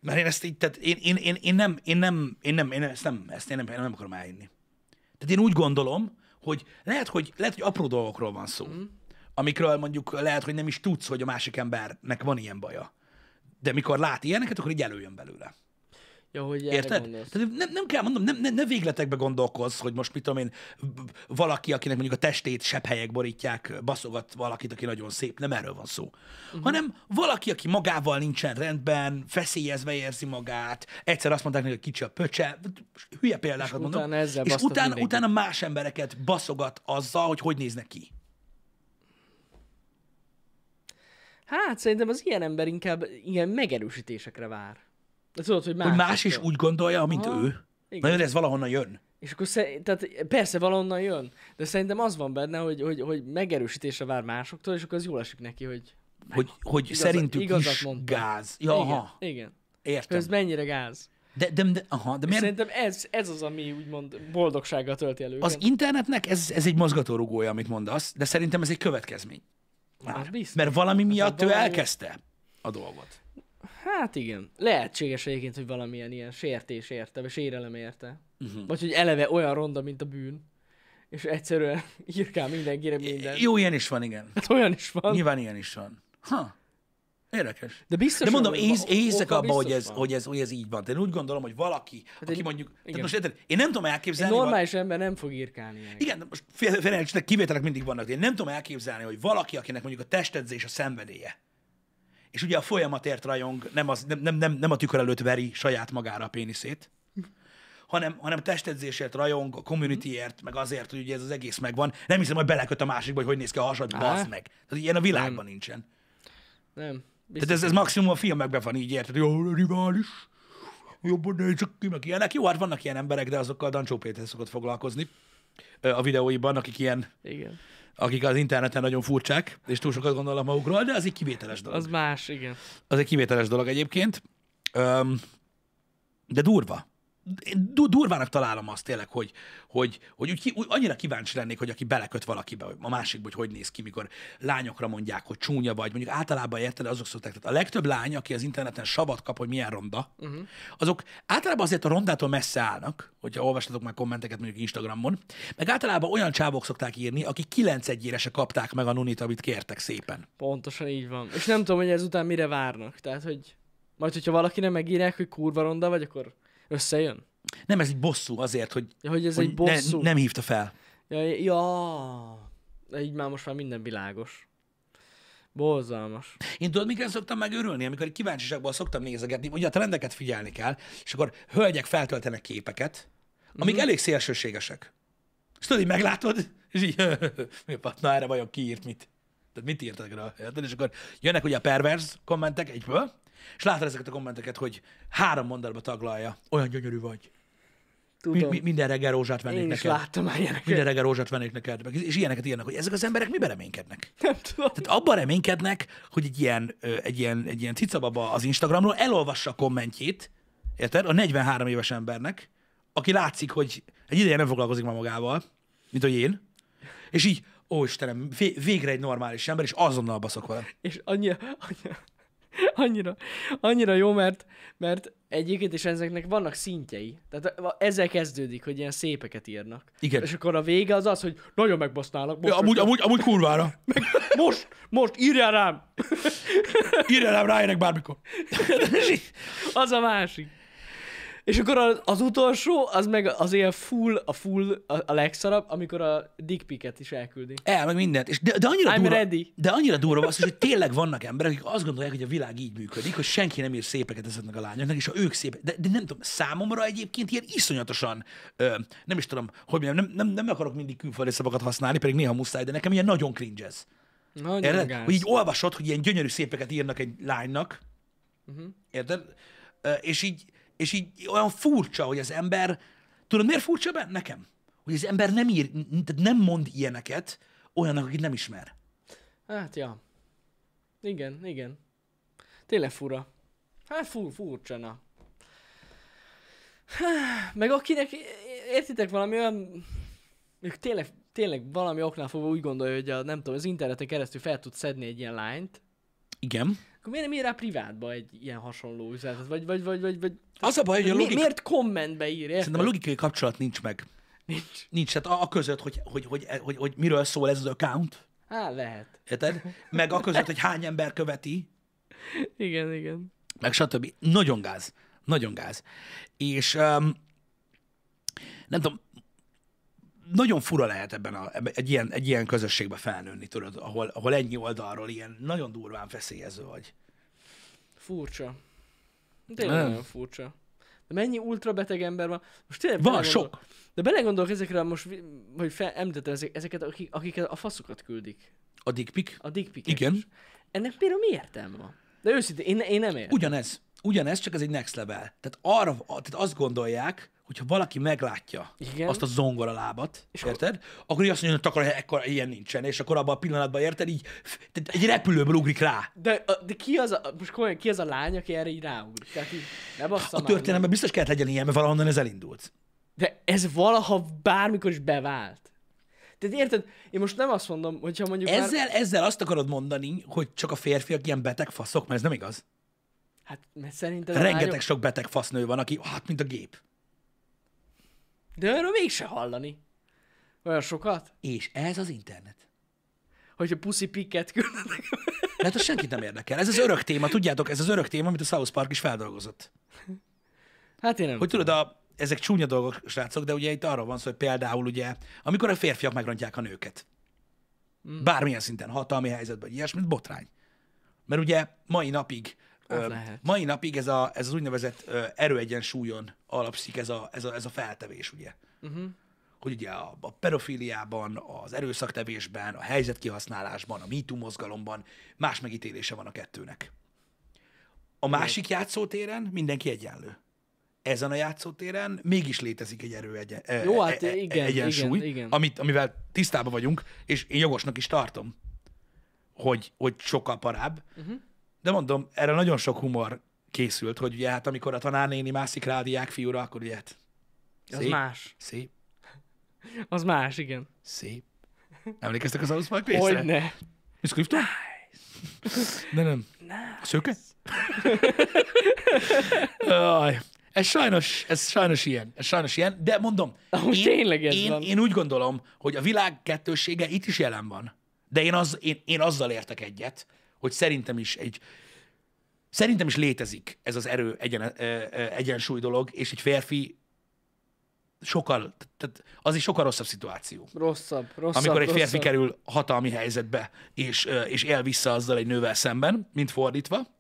Mert én ezt így, tehát én, én, én, én nem, én nem, én nem, én ezt nem, ezt én nem, én nem akarom elhinni. Tehát én úgy gondolom, hogy lehet, hogy, lehet, hogy apró dolgokról van szó, mm. amikről mondjuk lehet, hogy nem is tudsz, hogy a másik embernek van ilyen baja. De mikor lát ilyeneket, akkor így előjön belőle.
Ja, hogy erre
Érted?
gondolsz.
Tehát nem, nem kell mondom, nem, ne, ne végletekbe gondolkozz, hogy most mit tudom én, v- valaki, akinek mondjuk a testét sebb helyek borítják, baszogat valakit, aki nagyon szép, nem erről van szó. Uh-huh.
Mhm.
Hanem valaki, aki magával nincsen rendben, feszélyezve érzi magát, egyszer azt mondták, neki, hogy kicsi a pöcse, hülye példákat mondom,
utána ezzel
és
basztat
utána,
mindenkit.
utána más embereket baszogat azzal, hogy hogy néznek ki.
Hát szerintem az ilyen ember inkább ilyen megerősítésekre vár. De tudod, hogy más,
Hogy más is úgy gondolja, mint
Aha.
ő.
Igen.
Nagyon ez valahonnan jön.
És akkor szer- tehát persze valonnan jön, de szerintem az van benne, hogy, hogy, hogy megerősítésre vár másoktól, és akkor az jól esik neki, hogy
Hogy, hogy
Igazat-
szerintük
igazat
is
mondtam.
gáz. Ja, aha,
Igen, igen.
értem.
Ez mennyire gáz.
De, de, de, aha, de
Miért?
miért,
Szerintem ez, ez az, ami úgymond boldogsággal tölti elő.
az
őket.
internetnek ez, ez egy mozgatórugója, amit mondasz, de szerintem ez egy következmény.
Hát biztos.
Mert valami miatt ő
valami-
elkezdte a dolgot.
Hát igen. Lehetséges egyébként,
Mhm.
hogy valamilyen ilyen sértés érte, vagy sérelem érte. Uh-huh. Vagy hogy eleve olyan ronda, mint a bűn. és egyszerűen írkál mindenkire minden.
Jó, ilyen is van, igen.
Hát olyan is van.
Nyilván ilyen is van. Ha, érdekes.
De biztos
De mondom,
hogy
ész,
oka
észek abba,
biztos
hogy ez,
van.
hogy, ez, hogy ez így van. Tehát én úgy gondolom, hogy valaki, hát aki
egy-
mondjuk... Tehát
igen.
most érted, én nem tudom
Egy
elképzelni... val-
normális ember nem fog írkálni. ilyenek.
Igen, de most fél- felejtsd, kivételek mindig vannak, de én nem tudom elképzelni, hogy valaki, akinek mondjuk a testedzés a szenvedélye, és ugye a folyamatért rajong, nem, az, nem, nem, nem, nem a tükör előtt veri saját magára a péniszét, hanem, hanem a testedzésért rajong, a communityért, meg azért, hogy ugye ez az egész megvan. Nem hiszem, hogy beleköt a másikba, hogy hogy néz ki a hasad,
Á.
bazd meg. Tehát ilyen a világban nincsen.
Nem. Biztos.
Tehát ez, ez maximum a filmekben van így, érted? Jó, rivális, jobban nézek ki, meg ilyenek. Jó, hát vannak ilyen emberek, de azokkal Dancsó Péter szokott foglalkozni ö, a videóiban, akik ilyen
Igen.
akik az interneten nagyon furcsák, és túl sokat gondolnak magukról, de az egy kivételes dolog.
Az
Az,
más, igen.
az egy kivételes dolog egyébként. Öm, de durva. Én du- durvának találom azt tényleg, hogy, hogy, hogy úgy, ki- úgy, annyira kíváncsi lennék, hogy aki beleköt valakibe, a másikba, hogy hogy néz ki, mikor lányokra mondják, hogy csúnya vagy, mondjuk általában érted, azok szokták. Tehát a legtöbb lány, aki az interneten savat kap, hogy milyen ronda, uh-huh. azok általában azért a rondától messze állnak, hogyha olvastatok már kommenteket mondjuk Instagramon, meg általában olyan csávok szokták írni, akik kilenc egyére se kapták meg a nunit, amit kértek szépen.
Pontosan így van. És nem tudom, hogy ezután mire várnak. Tehát, hogy majd, hogyha valakinek megírják, hogy kurva ronda vagy, akkor összejön.
Nem ez egy bosszú azért, hogy,
Ja, hogy ez
hogy
egy bosszú.
Ne, nem hívta fel.
Ja, ja, De így már most már minden világos. Borzalmas.
Én tudod, mikor szoktam megörülni, amikor egy kíváncsiságból szoktam nézegetni, ugye a trendeket figyelni kell, és akkor hölgyek feltöltenek képeket, amik
Mhm.
elég szélsőségesek. És tudod, így meglátod, és így, mi a fasz, na erre vajon kiírt mit? Tehát mit írtak rá? Érted? És akkor jönnek ugye a pervers kommentek egyből, és látod ezeket a kommenteket, hogy három mondatba taglalja, olyan gyönyörű vagy. Mi,
Tudom.
mi, minden reggel rózsát vennék
Én is
neked.
láttam már ilyeneket.
Minden reggel rózsát vennék neked. Meg- És ilyeneket írnak, hogy ezek az emberek miben reménykednek?
Nem tudom.
Tehát Hát abban reménykednek, hogy egy ilyen, ö, egy ilyen, egy ilyen cicababa az Instagramról elolvassa a kommentjét, érted? A 43 éves embernek, aki látszik, hogy egy ideje nem foglalkozik ma magával, mint hogy én, és így, ó Istenem, vé- végre egy normális ember, és azonnal baszok vele.
És annyira, annyira, annyira, annyira jó, mert, mert egyébként is ezeknek vannak szintjei. Tehát va- ezzel kezdődik, hogy ilyen szépeket írnak.
Igen.
És akkor a vége az az, hogy nagyon megbasználak. Most,
Ja, amúgy, amúgy, amúgy kurvára.
most, most írjál rám!
Írjál rám, rájönnek bármikor. És így-
Az a másik. És akkor az, az utolsó, az meg az ilyen full, a full, a, a legszarabb, amikor a dick pic-et is elküldi.
El, meg mindent. És de, de annyira
I'm
durva,
ready.
De annyira durva az, hogy tényleg vannak emberek, akik azt gondolják, hogy a világ így működik, hogy senki nem ír szépeket ezeknek a lányoknak, és ha ők szépek, de, de nem tudom, számomra egyébként ilyen iszonyatosan, ö, nem is tudom, hogy mondjam, nem, nem, nem akarok mindig külföldi szavakat használni, pedig néha muszáj, de nekem ilyen nagyon cringe ez.
Nagyon
Érted?
gáz.
Hogy így olvasod, hogy ilyen gyönyörű szépeket írnak egy lánynak, uh-huh.
Mhm.
érted? Ö, És így, és így olyan furcsa, hogy az ember, tudod miért furcsa be? Nekem. Hogy az ember nem ír, n- tehát nem mond ilyeneket olyanok, akit nem ismer.
Hát, ja. Igen, igen. Tényleg fura. Hát fur, furcsa, na. Há, Meg akinek, értitek, valami olyan... Ők tényleg, tényleg valami oknál fogva úgy gondolja, hogy a, nem tudom, az interneten keresztül fel tud szedni egy ilyen lányt,
Igen.
akkor miért nem ír rá privátba egy ilyen hasonló üzenetet? Vagy, vagy, vagy, vagy, vagy
Az a baj, hogy a
mi,
logika...
miért kommentbe ír, érted?
Szerintem a logikai kapcsolat nincs meg.
Nincs.
Nincs, tehát a, a között, hogy, hogy, hogy, hogy, hogy miről szól ez az account,
Á, lehet.
érted? Meg a között, hogy hány ember követi,
Igen, igen.
meg stb. Nagyon gáz. Nagyon gáz. És um, nem tudom, nagyon fura lehet ebben a, ebben, egy, ilyen, egy ilyen közösségbe felnőni, tudod, ahol, ahol ennyi oldalról ilyen nagyon durván feszélyező vagy.
Furcsa. Tényleg
Nem.
nagyon furcsa. De mennyi ultra beteg ember van? Most tényleg
Van,
belegondolok-
sok.
De belegondolok ezekre a most, vi- hogy fel, említettem ezek, ezeket, akik, akik a faszukat küldik.
A dickpik
A dickpiket.
Igen.
is. Ennek például mi értelme van? De őszintén, én, én nem értem.
ugyanez. Ugyanez, csak ez egy next level. Tehát, arra, a- tehát azt gondolják, hogyha valaki meglátja
Igen.
azt a zongora lábat, érted? Akkor így azt mondja, hogy akkor ekkor ilyen nincsen, és akkor abban a pillanatban érted, így tehát egy repülőből ugrik rá.
De, a- de ki az a, most komolyan, ki az a lány, aki erre így ráugrik? Tehát így, ne bassza
A
már, nem.
történelemben biztos kellett legyen ilyen, mert valahonnan ez elindult.
De ez valaha bármikor is bevált. Tehát érted? Én most nem azt mondom, hogyha mondjuk már...
Ezzel, ezzel azt akarod mondani, hogy csak a férfiak ilyen beteg faszok, mert ez nem igaz.
Hát, mert szerinted a
Rengeteg
lányok-
sok beteg fasznő van, aki hát, mint a gép.
De erről mégse hallani. Olyan sokat?
És ez az internet.
Hogyha puszi piket küldenek.
Lehet, hogy senkit nem érdekel. Ez az örök téma, tudjátok, ez az örök téma, amit a South Park is feldolgozott.
Hát én nem
Hogy tudod, a, ezek csúnya dolgok, srácok, de ugye itt arról van szó, hogy például ugye, amikor a férfiak megrontják a nőket, bármilyen szinten, hatalmi helyzetben, vagy ilyesmi, botrány. Mert ugye mai napig, ö,
lehet.
mai napig ez, a, ez az úgynevezett ö, erőegyensúlyon alapszik ez a, ez a, ez a feltevés, ugye? Uh-huh. Hogy ugye a, a pedofiliában, az erőszaktevésben, a helyzetkihasználásban, a MeToo mozgalomban más megítélése van a kettőnek. A másik játszótéren mindenki egyenlő. Ezen a játszótéren mégis létezik egy erő e- egy,
Jó, hát igen,
egyensúly,
igen, igen.
Amit, amivel tisztában vagyunk, és én jogosnak is tartom, hogy, hogy sokkal parább.
Mhm.
Uh-huh. De mondom, erre nagyon sok humor készült, hogy ugye hát amikor a tanárnéni mászik rá a diák fiúra, akkor ugye hát
Az
szép,
más.
szép,
tudom. Az más, igen.
szép. Emlékeztek az South Park részre?
Hogy ne.
Miss Clifton? De nem. A szőke? Jaj. Ez sajnos, ez sajnos ilyen, ez sajnos ilyen, de mondom,
Amúgy tényleg ez
én,
van.
én úgy gondolom, hogy a világ kettőssége itt is jelen van. De én, az, én, én azzal értek egyet, hogy szerintem is egy, szerintem is létezik ez az erő egyen, ö, ö, egyensúly dolog, és egy férfi sokkal, tehát az is sokkal rosszabb szituáció.
Rosszabb, rosszabb,
Amikor egy férfi
rosszabb.
kerül hatalmi helyzetbe, és, ö, és él vissza azzal egy nővel szemben, mint fordítva.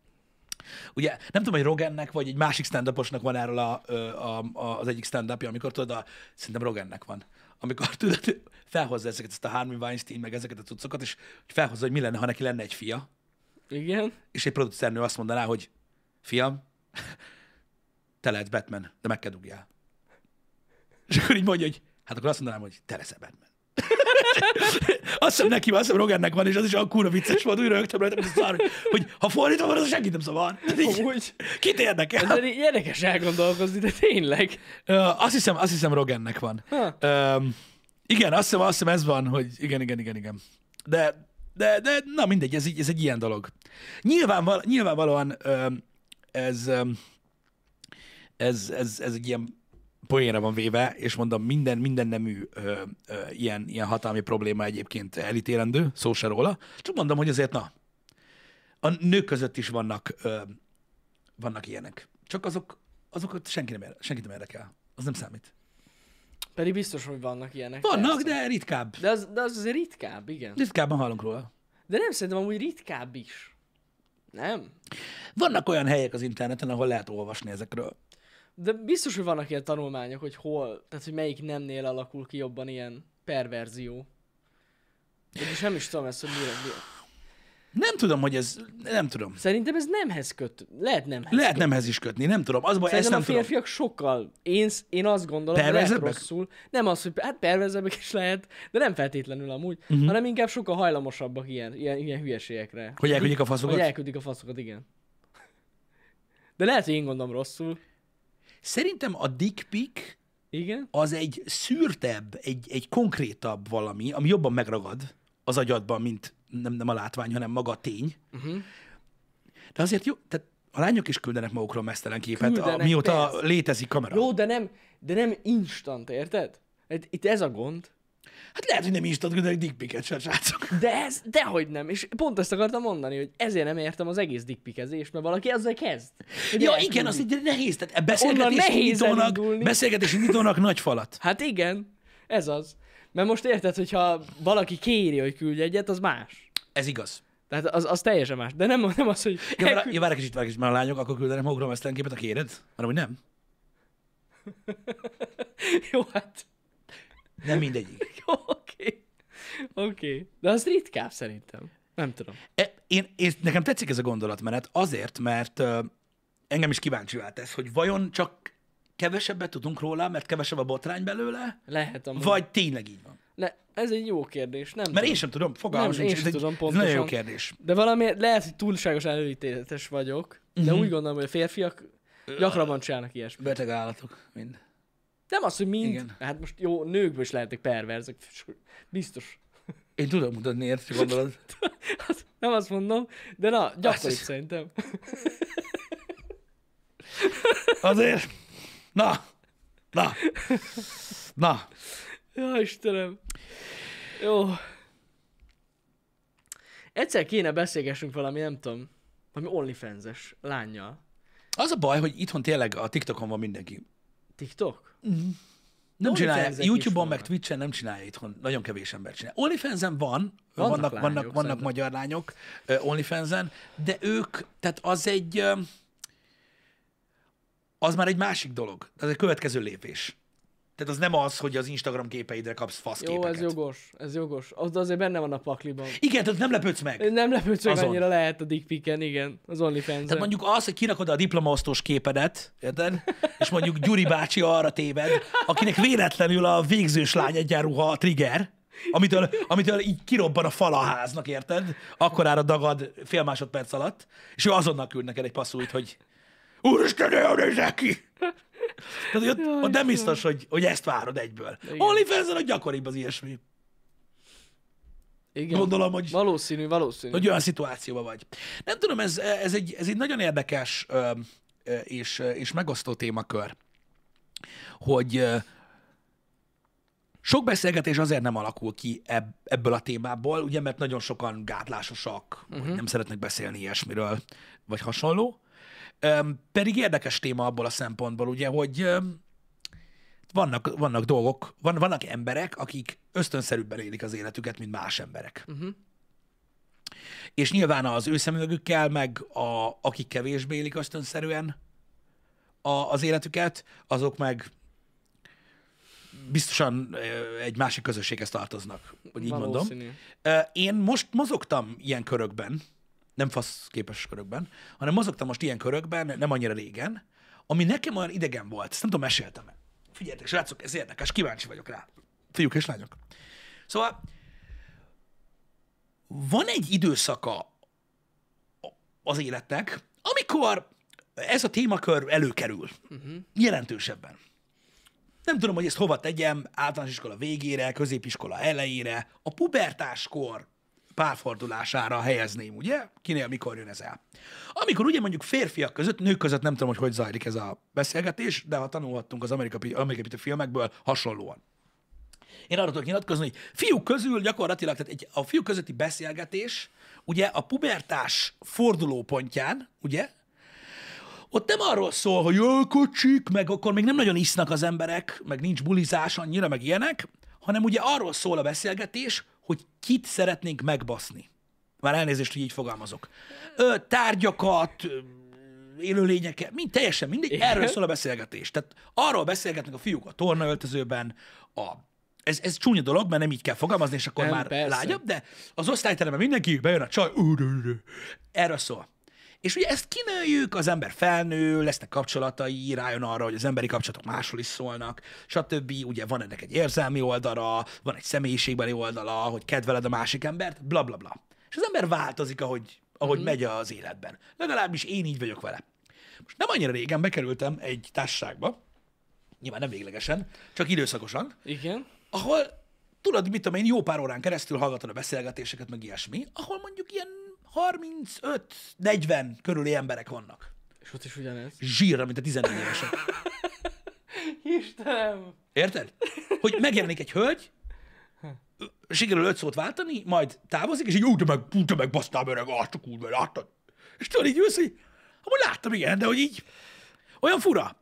Ugye nem tudom, hogy Rogennek, vagy egy másik stand van erről a, ö, a, a, az egyik stand amikor tudod, a, szerintem Rogennek van. Amikor tudod, felhozza ezeket, ezt a Harvey Weinstein, meg ezeket a cuccokat, és felhozza, hogy mi lenne, ha neki lenne egy fia,
Igen.
és egy producernő azt mondaná, hogy fiam, te lehetsz Batman, de meg kell dugjál. És akkor így mondja, hogy hát akkor azt mondanám, hogy te leszel Batman. azt hiszem neki, van, azt hiszem Rogernek van, és az is olyan kurva vicces volt, úgy rögtem rajta, hogy, szar, hogy ha fordítva van, az senki nem szavar.
Amúgy.
Kit érdekel?
Ez így érdekes elgondolkozni, de tényleg.
Ö, azt hiszem, azt hiszem Rogennek van.
Ha.
Öm, igen, azt hiszem, azt hiszem ez van, hogy igen, igen, igen, igen. De, de, de na mindegy, ez, így- ez egy ilyen dolog. Nyilvánval, nyilvánvalóan öm, ez, öm, ez, ez, ez egy ilyen poénra van véve, és mondom, minden, minden nemű ö, ö, ilyen, ilyen hatalmi probléma egyébként elítélendő, szó se róla. Csak mondom, hogy azért na, a nők között is vannak, ö, vannak ilyenek. Csak azok, azokat senki nem, ér- senki nem érdekel. Az nem számít.
Pedig biztos, hogy vannak ilyenek.
Vannak,
persze.
de ritkább.
De az, de az azért ritkább, igen.
Ritkábban hallunk róla.
De nem szerintem amúgy ritkább is. Nem?
Vannak olyan helyek az interneten, ahol lehet olvasni ezekről.
De biztos, hogy vannak ilyen tanulmányok, hogy hol, tehát hogy melyik nemnél alakul ki jobban ilyen perverzió. De most nem is tudom ezt, hogy mire, mire.
Nem tudom, hogy ez... Nem tudom.
Szerintem ez nemhez köt. Lehet nemhez.
Lehet nemhez is kötni, nem tudom. Az baj, ezt
Szerintem
nem
a
tudom.
férfiak sokkal, én, sz- én azt gondolom, de lehet
Perverzebbek?
rosszul. Nem az, hogy hát perverzebbek is lehet, de nem feltétlenül amúgy, uh-huh. hanem inkább sokkal hajlamosabbak ilyen, ilyen, ilyen hülyeségekre.
Mhm. Hogy elküldjék a
Hogy
faszokat?
elküldik a faszokat, igen. De lehet, hogy én gondolom rosszul.
Szerintem a dick pic
Igen?
az egy szűrtebb, egy, egy konkrétabb valami, ami jobban megragad az agyadban, mint nem, nem a látvány, hanem maga a tény. Uh-huh.
Mhm.
De azért jó, tehát a lányok is küldenek magukról mesztelen képet,
Küldenek,
küldenek, mióta
persze.
létezik kamera.
Jó, de nem, de nem instant, érted? Hát Itt ez a gond.
Hát lehet, hogy nem is tudod küldenek dick pic-et, se, srácok.
De ez, dehogy nem. És pont ezt akartam mondani, hogy ezért nem értem az egész dickpikezést, mert valaki ezzel kezd. Hogy
Ja,
elküldi.
igen, az egy nehéz. Tehát a
Hát Onnan
beszélgetés
nehéz
indítónak,
elindulni.
beszélgetés indítónak nagy falat.
Hát igen, ez az. Mert most érted, hogyha valaki kéri, hogy küldj egyet, az más.
Ez igaz.
Tehát az, az teljesen más. De nem, nem az, hogy...
Ja, várj,
elküld-
ja, várj kicsit, várj kicsit, mert a lányok akkor küldenek magukról ezt képet, ha kéred? Hanem, hogy nem.
Jó, hát...
Nem mindegyik.
Jó, oké. Oké. De az ritkább szerintem. Nem tudom.
E, Én, én, nekem tetszik ez a gondolatmenet azért, mert ö, engem is kíváncsi vált ez, hogy vajon csak kevesebbet tudunk róla, mert kevesebb a botrány belőle,
Lehet amúgy.
vagy tényleg így van.
Le... Ez egy jó kérdés, nem
Mert
tudom.
én sem tudom, fogalmam
Nem,
sincs.
én
Ez
sem
egy-
tudom
ez
pontosan.
Nagyon jó kérdés.
De valami, lehet, hogy túlságosan előítéletes vagyok, de
Mhm.
úgy gondolom, hogy a férfiak gyakrabban csinálnak ilyesmit.
Beteg állatok, mind.
Nem az, hogy mind,
Igen.
hát most jó, nőkből is lehetnek perverzek, biztos.
Én tudom mutatni, érted, csak gondolod.
Hát, nem azt mondom, de na, gyakoribb
hiszem.
szerintem.
Azért. Na. Na. Na.
Ja, Istenem. Jó. Egyszer kéne beszélgessünk valami, nem tudom, valami OnlyFans-es lányjal.
Az a baj, hogy itthon tényleg a TikTokon van mindenki.
TikTok?
Nem
De
csinálja,
OnlyFans-ek is
YouTube-on, meg
vannak.
Twitch-en nem csinálja itthon. Nagyon kevés ember csinál. OnlyFans-en van,
Vannak
vannak, vannak,
lányok,
vannak, vannak
szerintem.
magyar lányok ö, OnlyFans-en, de ők, tehát az egy, ö, az már egy másik dolog. Az egy következő lépés. Tehát az nem az, hogy az Instagram képeidre kapsz
Jó,
faszképeket.
ez jogos, ez jogos. Az de azért benne van a pakliban.
Igen, tehát nem lepődsz meg.
Nem lepődsz, hogy
Azon.
annyira lehet a dick pic-en, igen, az onlyfans
Tehát mondjuk az, hogy kirakod a diplomaosztós képedet, érted? És mondjuk Gyuri bácsi arra téved, akinek véletlenül a végzős lány egyenruha a trigger, amitől, amitől így kirobban a fal a háznak, érted? Akkorára dagad fél másodperc alatt, és ő azonnal küld neked egy passzújt, hogy Úristen, ő nézek ki! Tehát, hogy ott, ott nem biztos, hogy, hogy ezt várod egyből. onlyfans a gyakoribb az ilyesmi.
Igen.
Gondolom, hogy
Valószínű, valószínű.
hogy olyan szituációban vagy. Nem tudom, ez, ez, egy, ez egy nagyon érdekes ö, ö, és, és megosztó témakör, hogy ö, sok beszélgetés azért nem alakul ki ebb- ebből a témából, ugye, mert nagyon sokan gátlásosak, uh-huh. vagy nem szeretnek beszélni ilyesmiről, vagy hasonló. Öm, pedig érdekes téma abból a szempontból, ugye, hogy öm, vannak, vannak dolgok, van, vannak emberek, akik ösztönszerűbben élik az életüket, mint más emberek. Uh-huh. És nyilván az ő szemüvegükkel, meg a, akik kevésbé élik ösztönszerűen a, az életüket, azok meg biztosan ö, egy másik közösséghez tartoznak, hogy így mondom.
Valószínű.
Ö, Én most mozogtam ilyen körökben, nem fasz képes körökben, hanem mozogtam most ilyen körökben, nem annyira régen, ami nekem olyan idegen volt, ezt nem tudom, meséltem -e. Figyeljetek, srácok, ez érdekes, kíváncsi vagyok rá. Fiúk és lányok. Szóval van egy időszaka az életnek, amikor ez a témakör előkerül. Uh-huh. Jelentősebben. Nem tudom, hogy ezt hova tegyem, általános iskola végére, középiskola elejére, a pubertáskor párfordulására helyezném, ugye? Kinél mikor jön ez el? Amikor ugye mondjuk férfiak között, nők között nem tudom, hogy hogy zajlik ez a beszélgetés, de ha tanulhattunk az amerikai, amerikai filmekből hasonlóan. Én arra tudok nyilatkozni, hogy fiúk közül gyakorlatilag, tehát egy, a fiúk közötti beszélgetés, ugye a pubertás fordulópontján, ugye, ott nem arról szól, hogy jaj, kocsik, meg akkor még nem nagyon isznak az emberek, meg nincs bulizás annyira, meg ilyenek, hanem ugye arról szól a beszélgetés, hogy kit szeretnénk megbaszni. Már elnézést, hogy így fogalmazok. Ö, tárgyakat, ö, élőlényeket, mind, teljesen mindegy, erről szól a beszélgetés. Tehát arról beszélgetnek a fiúk a tornaöltözőben, a ez, ez csúnya dolog, mert nem így kell fogalmazni, és akkor
Nem,
már
persze.
lágyabb, de az osztályteremben mindenki, bejön a csaj, ú, rú, rú. erről szól. És ugye ezt kinőjük, az ember felnő, lesznek kapcsolatai, rájön arra, hogy az emberi kapcsolatok máshol is szólnak, stb. Ugye van ennek egy érzelmi oldala, van egy személyiségbeli oldala, hogy kedveled a másik embert, bla bla bla. És az ember változik, ahogy, ahogy mm. megy az életben. Legalábbis én így vagyok vele. Most nem annyira régen bekerültem egy társaságba, nyilván nem véglegesen, csak időszakosan,
Igen.
ahol tudod, mit tudom én, jó pár órán keresztül hallgatod a beszélgetéseket, meg ilyesmi, ahol mondjuk ilyen 35-40 körüli emberek vannak.
És ott is ugyanez.
Zsírra, mint a 14 évesek.
Istenem!
Érted? Hogy megjelenik egy hölgy, sikerül öt szót váltani, majd távozik, és így úgy, meg, úgy, meg basztál öreg, azt csak úgy, mert láttad. És tudod, így ülsz, hogy amúgy láttam, igen, de hogy így, olyan fura.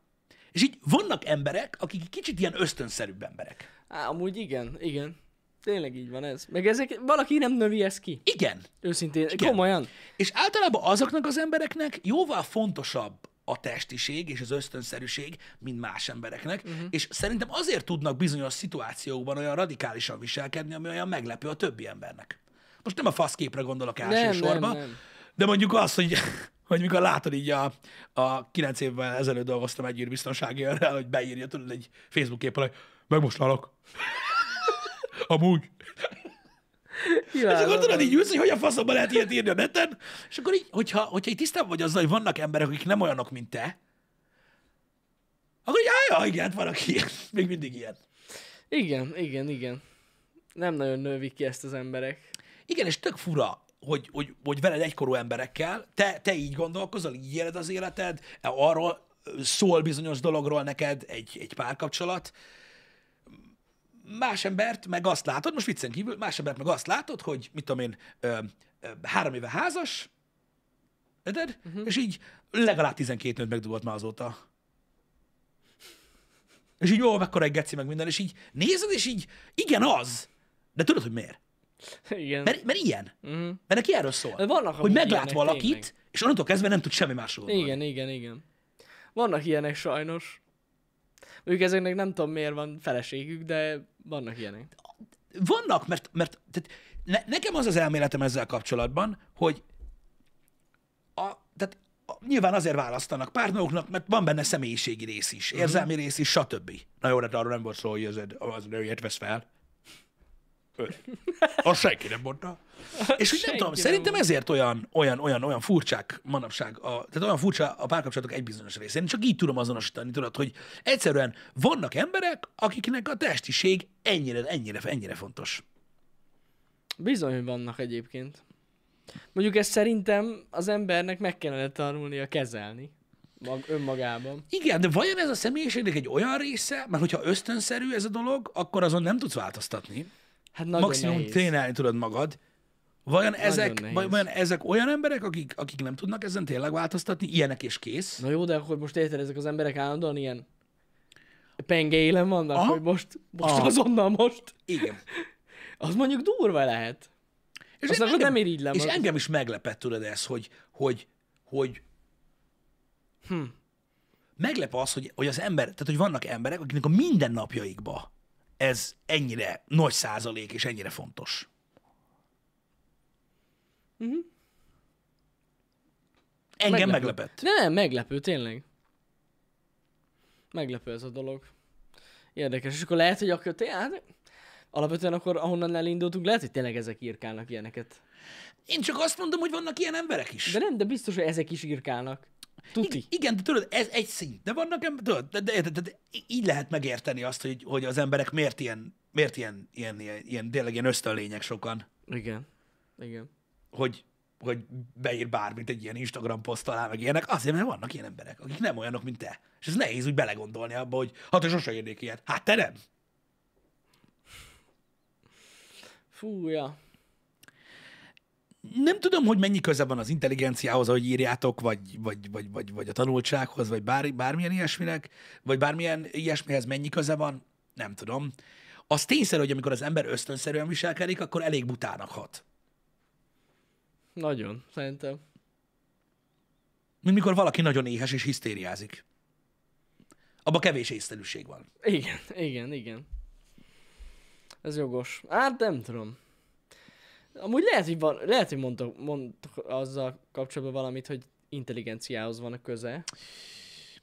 És így vannak emberek, akik kicsit ilyen ösztönszerűbb emberek.
Á, amúgy igen, igen. Tényleg így van ez. Meg ezek, valaki nem növi ezt ki.
Igen,
Őszintén, igen. komolyan.
És általában azoknak az embereknek jóval fontosabb a testiség és az ösztönszerűség, mint más embereknek,
Mhm.
uh-huh. és szerintem azért tudnak bizonyos szituációkban olyan radikálisan viselkedni, ami olyan meglepő a többi embernek. Most nem a faszképre gondolok elsősorban,
nem.
de mondjuk az, hogy, hogy mikor látod így a, a 9 évvel ezelőtt dolgoztam egy űrbiztonsági őrrel, hogy beírja tudod egy Facebook képpel, hogy megmostanalak. Amúgy. És
Kiváló.
akkor tudod így ülsz, hogy hogy a faszomba lehet ilyet írni a neten, és akkor így, hogyha, hogyha így tisztában vagy azzal, hogy vannak emberek, akik nem olyanok, mint te, akkor így, "Á, ja, igen, hát van, aki ilyen. Még mindig ilyen.
Igen, igen, igen. Nem nagyon növik ki ezt az emberek.
Igen, és tök fura, hogy, hogy, hogy veled egykorú emberekkel, te, te így gondolkozol, így éled az életed, e arról szól bizonyos dologról neked egy, egy párkapcsolat, más embert meg azt látod, most viccen kívül, más embert meg azt látod, hogy mit tudom én, ö, ö, három éve házas, érted? Uh-huh. És így legalább 12 nőt megdugott már azóta. És így jó, mekkora egy geci, meg minden, és így nézed, és így igen az, de tudod, hogy miért?
Igen.
Mert, mert ilyen. Uh-huh. Mert neki erről szól.
De Mhm. Hát vannak
hogy
amúgy
meglát
ilyenek,
valakit,
tényleg.
és onnantól kezdve nem tud semmi másról.
Igen, igen, igen. Vannak ilyenek sajnos. Mondjuk ezeknek nem tudom miért van feleségük, de vannak ilyenek.
Vannak, mert, mert tehát ne, nekem az az elméletem ezzel kapcsolatban, hogy a, tehát a, nyilván azért választanak párnoknak, mert van benne személyiségi rész
Mhm.
is, érzelmi rész is, stb. Na jó, de arról nem volt szó, hogy az, az nőjét vesz fel. Öreg. Azt senki nem mondta. És hogy nem
Senki
tudom,
nem
szerintem ezért olyan, olyan, olyan, olyan furcsák manapság, a, tehát olyan furcsa a párkapcsolatok egy bizonyos részén. Én Csak így tudom azonosítani, tudod, hogy egyszerűen vannak emberek, akiknek a testiség ennyire, ennyire, ennyire fontos.
Bizony, hogy vannak egyébként. Mondjuk ezt szerintem az embernek meg kellene tanulnia kezelni. Mag- önmagában.
Igen, de vajon ez a személyiségnek egy olyan része, mert hogyha ösztönszerű ez a dolog, akkor azon nem tudsz változtatni.
Hát nagyon
Maximum
nehéz.
trénálni tudod magad. Vajon ezek,
nehéz.
vaj- vajon ezek olyan emberek, akik, akik nem tudnak ezen tényleg változtatni, ilyenek és kész?
Na jó, de akkor most érted, ezek az emberek állandóan ilyen penge élen vannak,
Aha.
hogy most, most
Aha.
azonnal most.
Igen.
Az mondjuk durva lehet.
És
Azt
én
akkor nem irigylem.
És
Az-
engem is meglepett, tudod ez, hogy, hogy, hogy hm. meglep az, hogy, hogy az ember, tehát hogy vannak emberek, akiknek a mindennapjaikba ez ennyire nagy százalék és ennyire fontos. Engem
Mhm. Meglepő.
meglepett.
De nem, meglepő, tényleg. Meglepő ez a dolog. Érdekes, és akkor lehet, hogy akkor te, hát, alapvetően akkor ahonnan elindultunk, lehet, hogy tényleg ezek írkálnak ilyeneket.
Én csak azt mondom, hogy vannak ilyen emberek is.
De nem, de biztos, hogy ezek is írkálnak. Tuti.
I- Igen, de tudod, ez egy szint. De vannak ember, tudod, de, de, de, de, de, így lehet megérteni azt, hogy, hogy az emberek miért ilyen, miért ilyen, ilyen, ilyen, ilyen tényleg ilyen ösztönlények sokan,
Igen. Igen.
hogy, hogy beír bármit egy ilyen Instagram poszt alá, meg ilyenek, azért, mert vannak ilyen emberek, akik nem olyanok, mint te. És ez nehéz úgy belegondolni abba, hogy hát te sose írnék ilyet. Hát te nem.
Fú, ja.
Nem tudom, hogy mennyi köze van az intelligenciához, ahogy írjátok, vagy, vagy, vagy, vagy, vagy a tanultsághoz, vagy bár, bármilyen ilyesminek, vagy bármilyen ilyesmihez mennyi köze van, nem tudom. Az tényszerű, hogy amikor az ember ösztönszerűen viselkedik, akkor elég butának hat.
Nagyon, szerintem.
Mint mikor valaki nagyon éhes és hisztériázik. Abba kevés észszerűség van.
Igen, igen, igen. Ez jogos. Hát nem tudom. Amúgy lehet, hogy, van, lehet, hogy mondtok, mondtok azzal kapcsolatban valamit, hogy intelligenciához van a köze.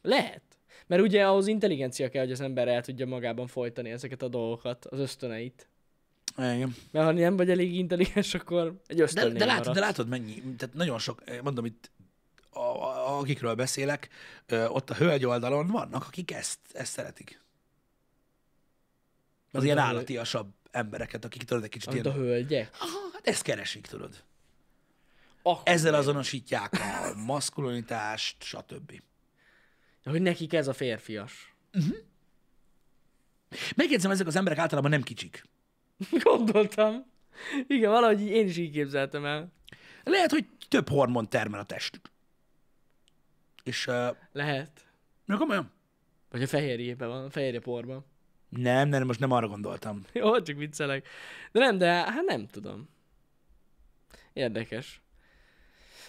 Lehet. Mert ugye ahhoz intelligencia kell, hogy az ember el tudja magában folytani ezeket a dolgokat, az ösztöneit.
Igen.
Mert ha nem vagy elég intelligens, akkor egy
De,
ösztönnél
de, látod, de
maradsz.
látod mennyi, tehát nagyon sok, mondom itt, a, a, akikről beszélek, ö, ott a hölgy oldalon vannak, akik ezt, ezt szeretik. Az ilyen
a hölgy-
állatiasabb embereket, akik tudod, egy kicsit
Amit a
ilyen,
hölgyek.
aha, hát ezt keresik, tudod.
Ah,
Ezzel azonosítják a maszkulinitást, stb.
hogy nekik ez a férfias.
Megjegyzem, ezek az emberek általában nem kicsik.
Gondoltam. Igen, valahogy így- én is így képzeltem el.
Lehet, hogy több hormon termel a testük. És, uh,
Lehet.
komolyan?
Vagy a fehérjében van, a fehérje porban.
Nem, nem, most nem arra gondoltam.
Jó, csak viccelek. De nem, de hát nem tudom. Érdekes.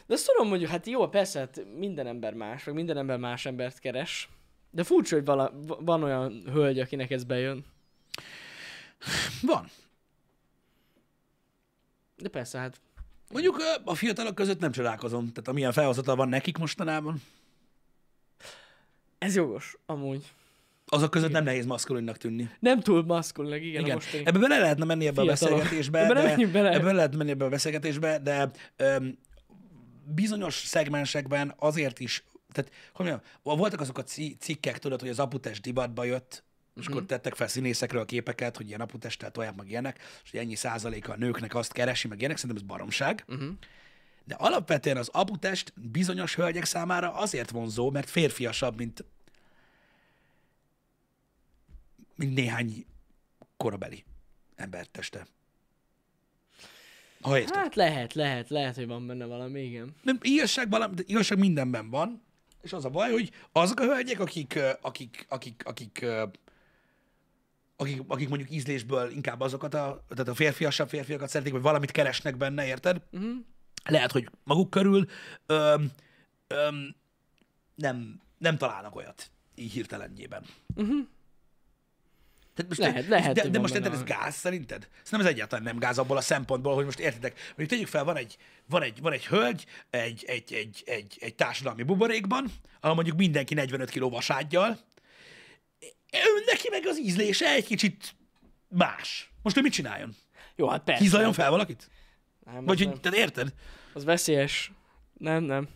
De azt tudom, hogy hát jó, persze, hát minden ember más, meg minden ember más embert keres. De furcsa, hogy vala, va- van olyan hölgy, akinek ez bejön.
Van.
De persze, hát
Mondjuk ö, a fiatalok között nem csodálkozom, tehát amilyen felhozata van nekik mostanában,
ez jogos, amúgy.
azok között nem nehéz maszkulinnak tűnni.
Nem túl maszkulinak, igen, igen.
Igen.
mostani.
Ebbe bele lehetne menni ebbe
Fiatalok.
a beszélgetésbe.
Ebbe
de-
menjünk bele.
Ebbe lehet menni ebbe a beszélgetésbe, de öm, bizonyos szegmensekben azért is, tehát hogy mondjam, voltak azok a ci- cikkek, tudod, hogy az aputest divatba jött, és
Mhm.
akkor tettek fel színészekről a képeket, hogy ilyen aputesttel tolják meg ilyenek, és hogy ennyi százaléka a nőknek azt keresi, meg ilyenek, szerintem ez baromság.
Mhm.
De alapvetően az aputest bizonyos hölgyek számára azért vonzó, mert férfiasabb, mint, mint néhány korabeli emberteste. Ha érted.
Hát lehet, lehet, lehet, hogy van benne valami, igen.
Nem, igazság, valami, de igazság mindenben van, és az a baj, hogy azok a hölgyek, akik, ö, akik, akik, akik, ö, akik, akik mondjuk ízlésből inkább azokat a, tehát a férfiasabb férfiakat szeretik, vagy valamit keresnek benne, érted? Uh-huh. Lehet, hogy maguk körül öm, öm, nem, nem találnak olyat így hirtelenjében. Uh-huh. Tehát most
Mhm. Lehet, lehet,
de,
hogy
de
van
most
benne
érted, ez
valami. Jó, hát persze.
Hízlaljon fel valakit?
Nem,
Vagy
az,
hogy,
nem.
tehát érted?
az veszélyes. Nem, nem.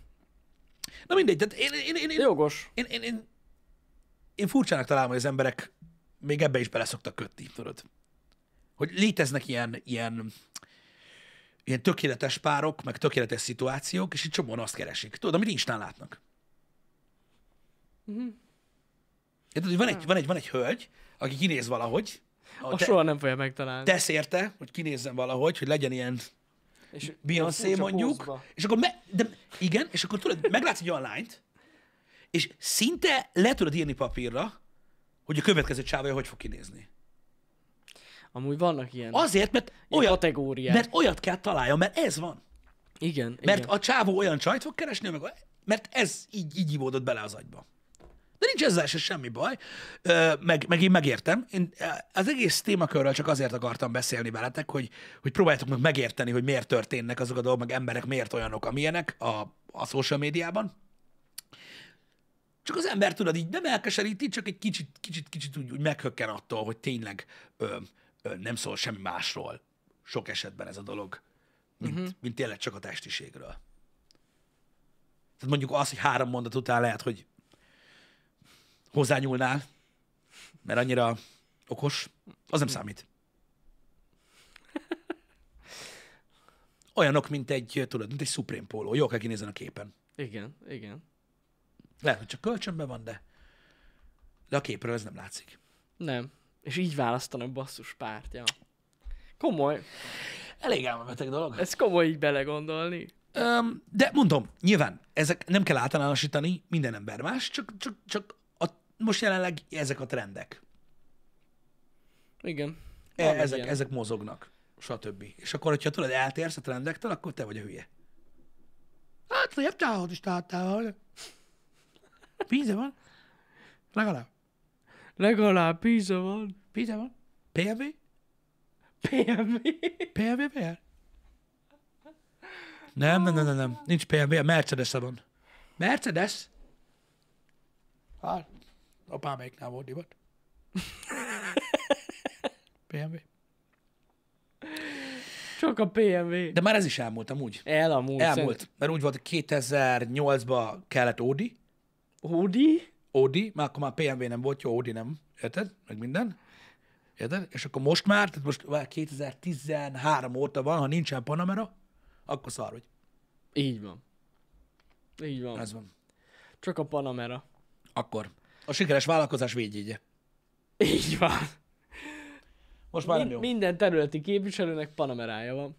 Na mindegy, tehát én, én, én, én,
Jogos.
én, én, én, én furcsának találom, hogy az emberek még ebbe is bele szoktak kötni, tudod? Hogy léteznek ilyen, ilyen, ilyen tökéletes párok, meg tökéletes szituációk, és itt csomóan azt keresik. Tudod, amit Instán látnak. Uh-huh. Érted, hogy van egy, van, egy, van egy hölgy, aki kinéz valahogy, ahogy
Azt
te,
soha nem fogja megtalálni.
tesz érte, hogy kinézzen valahogy, hogy legyen ilyen
és
Beyoncé
furcsa
mondjuk,
pózba.
és akkor me- de igen, és akkor tudod, meglátsz egy olyan lányt, és szinte le tudod írni papírra, hogy a következő csávója hogy fog kinézni.
Amúgy vannak ilyen,
Azért, mert
ilyen
olyat,
kategóriák.
mert olyat kell találja, mert ez van.
igen,
Mert
igen.
a csávó olyan csajt fog keresni, meg, mert ez így, így ivódott bele az agyba. De nincs ezzel se semmi baj, Ö, meg, meg én megértem. Én ö, az egész témakörről csak azért akartam beszélni veletek, hogy, hogy próbáljátok meg megérteni, hogy miért történnek azok a dolgok, meg emberek miért olyanok, amilyenek a, a social médiában. Csak az ember, tudod, így nem elkeseríti, csak egy kicsit, kicsit, kicsit úgy, úgy meghökken attól, hogy tényleg ö, ö, nem szól semmi másról sok esetben ez a dolog, mint, uh-huh. mint tényleg csak a testiségről. Tehát mondjuk az, hogy három mondat után lehet, hogy hozzányúlnál, mert annyira okos, az nem számít. Olyanok, mint egy, tudod, mint egy Supreme póló. Jól kell kinézni a képen.
Igen, igen.
Lehet, hogy csak kölcsönben van, de, de a képről ez nem látszik.
Nem. És így választanak basszus párt, ja. Komoly.
Elég elmebeteg dolog.
Ez komoly így belegondolni.
Öm, de mondom, nyilván, ezek nem kell általánosítani, minden ember más, csak, csak, csak a, most jelenleg ezek a trendek.
Igen.
E,
Vannak
ezek,
ilyenek.
ezek mozognak, stb. És akkor, hogyha tudod, eltérsz a trendektől, akkor te vagy a hülye. Hát, hogy távol is távol. Víze van? Legalább.
Legalább pizza van.
Víze van? PLV?
PMV.
PLV VR? Nem, nem, nem, nem, nem. Nincs PLV, a mercedes van. Mercedes? Hát, apáméknál volt divat. PMV.
Csak a PMV.
De már ez is elmúlt amúgy.
El amúgy.
Elmúlt, mert úgy volt, 2008-ban kellett Audi,
Hudi?
Audi, már akkor már PMV nem volt, jó, Audi nem, érted? Meg minden. Érted? És akkor most már, tehát most már 2013 óta van, ha nincsen Panamera, akkor szar vagy.
Így van. Így van.
Ez van.
Csak a Panamera.
Akkor. A sikeres vállalkozás védjegye.
Így van.
Most már nem
Min-
jó.
minden területi képviselőnek Panamerája van.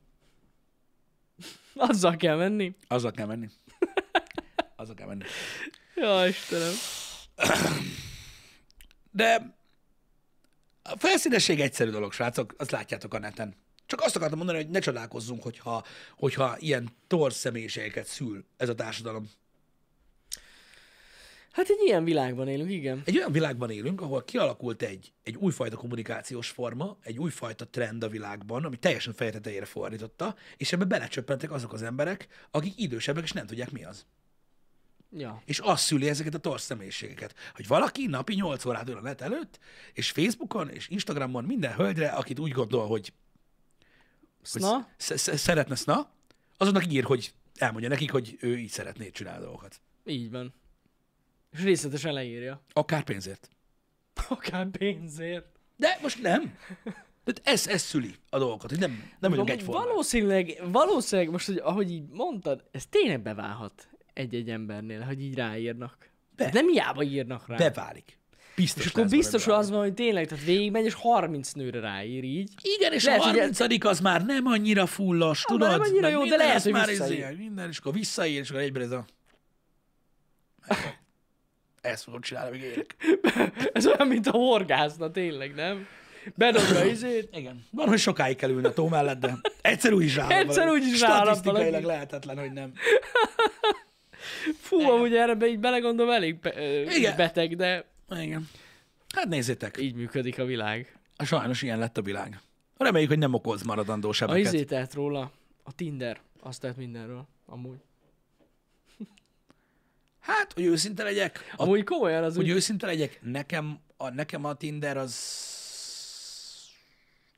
Azzal kell menni.
Azzal kell menni. Azzal kell menni.
Ja, Istenem.
De a felszínesség egyszerű dolog, srácok, azt látjátok a neten. Csak azt akartam mondani, hogy ne csodálkozzunk, hogyha, hogyha ilyen torz személyiségeket szül ez a társadalom.
Hát egy ilyen világban élünk, igen.
Egy olyan világban élünk, ahol kialakult egy, egy újfajta kommunikációs forma, egy újfajta trend a világban, ami teljesen fejtetejére fordította, és ebbe belecsöppentek azok az emberek, akik idősebbek, és nem tudják mi az.
Ja.
És az szüli ezeket a torz személyiségeket. Hogy valaki napi 8 órát ül a net előtt, és Facebookon, és Instagramon minden hölgyre, akit úgy gondol, hogy hogy
Na,
sz- sz- szeretne szna, azonnak ír, hogy elmondja nekik, hogy ő így szeretné csinálni dolgokat.
így van. És részletesen leírja.
Akár pénzért.
Akár pénzért.
De most nem. De ez, ez szüli a dolgokat, hogy nem, nem vagyunk
Amúgy
egyformák.
valószínűleg, valószínűleg most, hogy ahogy így mondtad, ez tényleg beválhat egy-egy embernél, hogy így ráírnak.
Be.
De nem hiába írnak rá.
Beválik. Biztos
és akkor
lesz
biztos, hogy
belőle.
az van, hogy tényleg, tehát végigmegy, és 30 nőre ráír így.
Igen, és
Lehet,
a
hogy
30 az már nem annyira fullas,
már
tudod?
nem annyira
Meg
jó, de
minden,
lehet,
ez
hogy
már
visszaír.
izé, Minden, és akkor visszaír, és akkor egyben ez a... Ezt fogom csinálni, amíg élek.
Ez olyan, mint a horgászna, tényleg, nem? Bedobja a izét.
Igen. Van, hogy sokáig kell ülni a tó mellett, de egyszer úgy is rá.
Egyszer úgy is rááll
Statisztikailag
valaki.
lehetetlen, hogy nem.
Fú, amúgy erre be, így belegondolom, elég be, ö,
Igen.
beteg, de
Igen. Hát nézzétek,
így működik a világ.
sajnos ilyen lett a világ. Reméljük, hogy nem okoz maradandó
A
sebeket.
izé tehet róla, a Tinder, azt tehet mindenről, amúgy.
Hát, hogy őszinte legyek, a
Amúgy komolyan az
Hogy
úgy,
őszinte legyek, nekem a, nekem a Tinder az...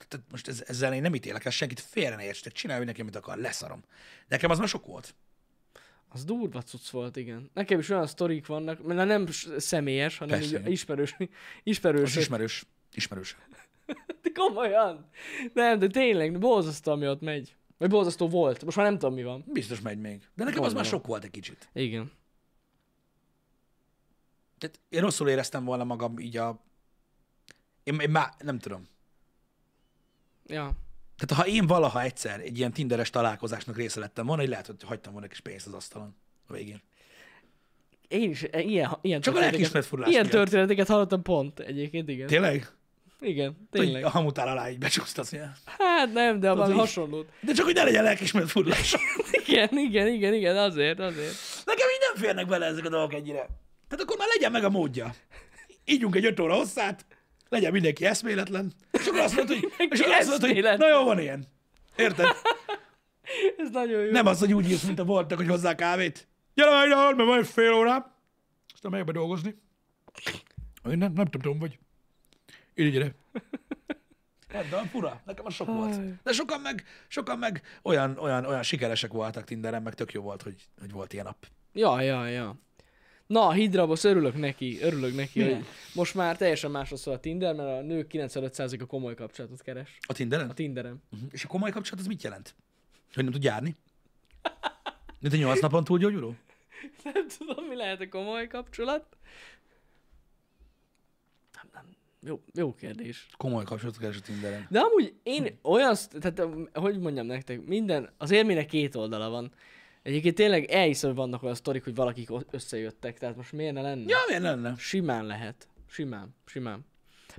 Tehát most ez, ezzel én nem ítélek el senkit, félre ne érts, tehát csinálj nekem, mit akar, leszarom. Nekem az már sok volt.
az durva cucc volt, igen. Nekem is olyan sztorik vannak, mert nem s- személyes, hanem
Persze,
így
igen.
ismerős,
Az
ismerős.
ismerős. Ismerős.
De komolyan. Nem, de tényleg, borzasztó, ami ott megy. Vagy borzasztó volt, most már nem tudom, mi van.
Biztos megy még. De nekem az már
Gondolom.
sok volt egy kicsit.
Igen.
Tehát én rosszul éreztem volna magam így a... Én, én már nem tudom.
Ja.
Tehát ha én valaha egyszer egy ilyen tinderes találkozásnak része lettem volna, hogy lehet, hogy hagytam volna egy kis pénzt az asztalon a végén.
Én is e- ilyen, ilyen
Csak a
történeteket,
lelkiismeret furulás
ilyen
miatt.
történeteket hallottam pont egyébként, igen.
Tényleg?
Igen,
Tényleg.
tényleg.
A hamutál alá így becsúsztasz. ilyen.
Hát nem, de valami
így-
hasonlót.
De csak, hogy ne legyen lelkismeret furulás.
Igen, igen, igen, igen, azért, azért.
Nekem így nem férnek bele ezek a dolgok ennyire. Tehát akkor már legyen meg a módja. Ígyunk egy öt óra hosszát, legyen mindenki eszméletlen, és akkor azt mondod, hogy, és akkor azt mondod, hogy na
eszméletlen.
jó, van ilyen. Érted?
Ez nagyon jó.
Nem az, hogy úgy írsz, mint a voltak, hogy hozzá kávét. Gyere már ide, mert van egy fél órám. Aztán megyek be dolgozni. Én nem, nem tudom, vagy. Ide, gyere. Hát, de fura. Nekem az sok volt. De sokan meg, sokan meg olyan, olyan, olyan sikeresek voltak Tinderen, meg tök jó volt, hogy, hogy volt ilyen nap.
Ja, ja, ja. Na, Hidrabosz, örülök neki, örülök neki, hogy most már teljesen másra szól a Tinder, mert a nők 95%-a komoly kapcsolatot keres.
A Tinderen?
A Tinderen.
Mhm. És a komoly kapcsolat az mit jelent? Hogy nem tud járni? Mint a nyolc napon túl gyógyuló?
Nem tudom, mi lehet a komoly kapcsolat. Nem, nem. Jó, jó kérdés.
Komoly kapcsolatot keres a Tinderen.
De amúgy én olyan, sz- tehát um, hogy mondjam nektek, minden, az élménynek két oldala van. Egyébként tényleg elhiszem, hogy vannak olyan sztorik, hogy valakik o- összejöttek, tehát most miért ne lenne?
Ja, miért ne lenne?
Simán lehet. Simán, simán.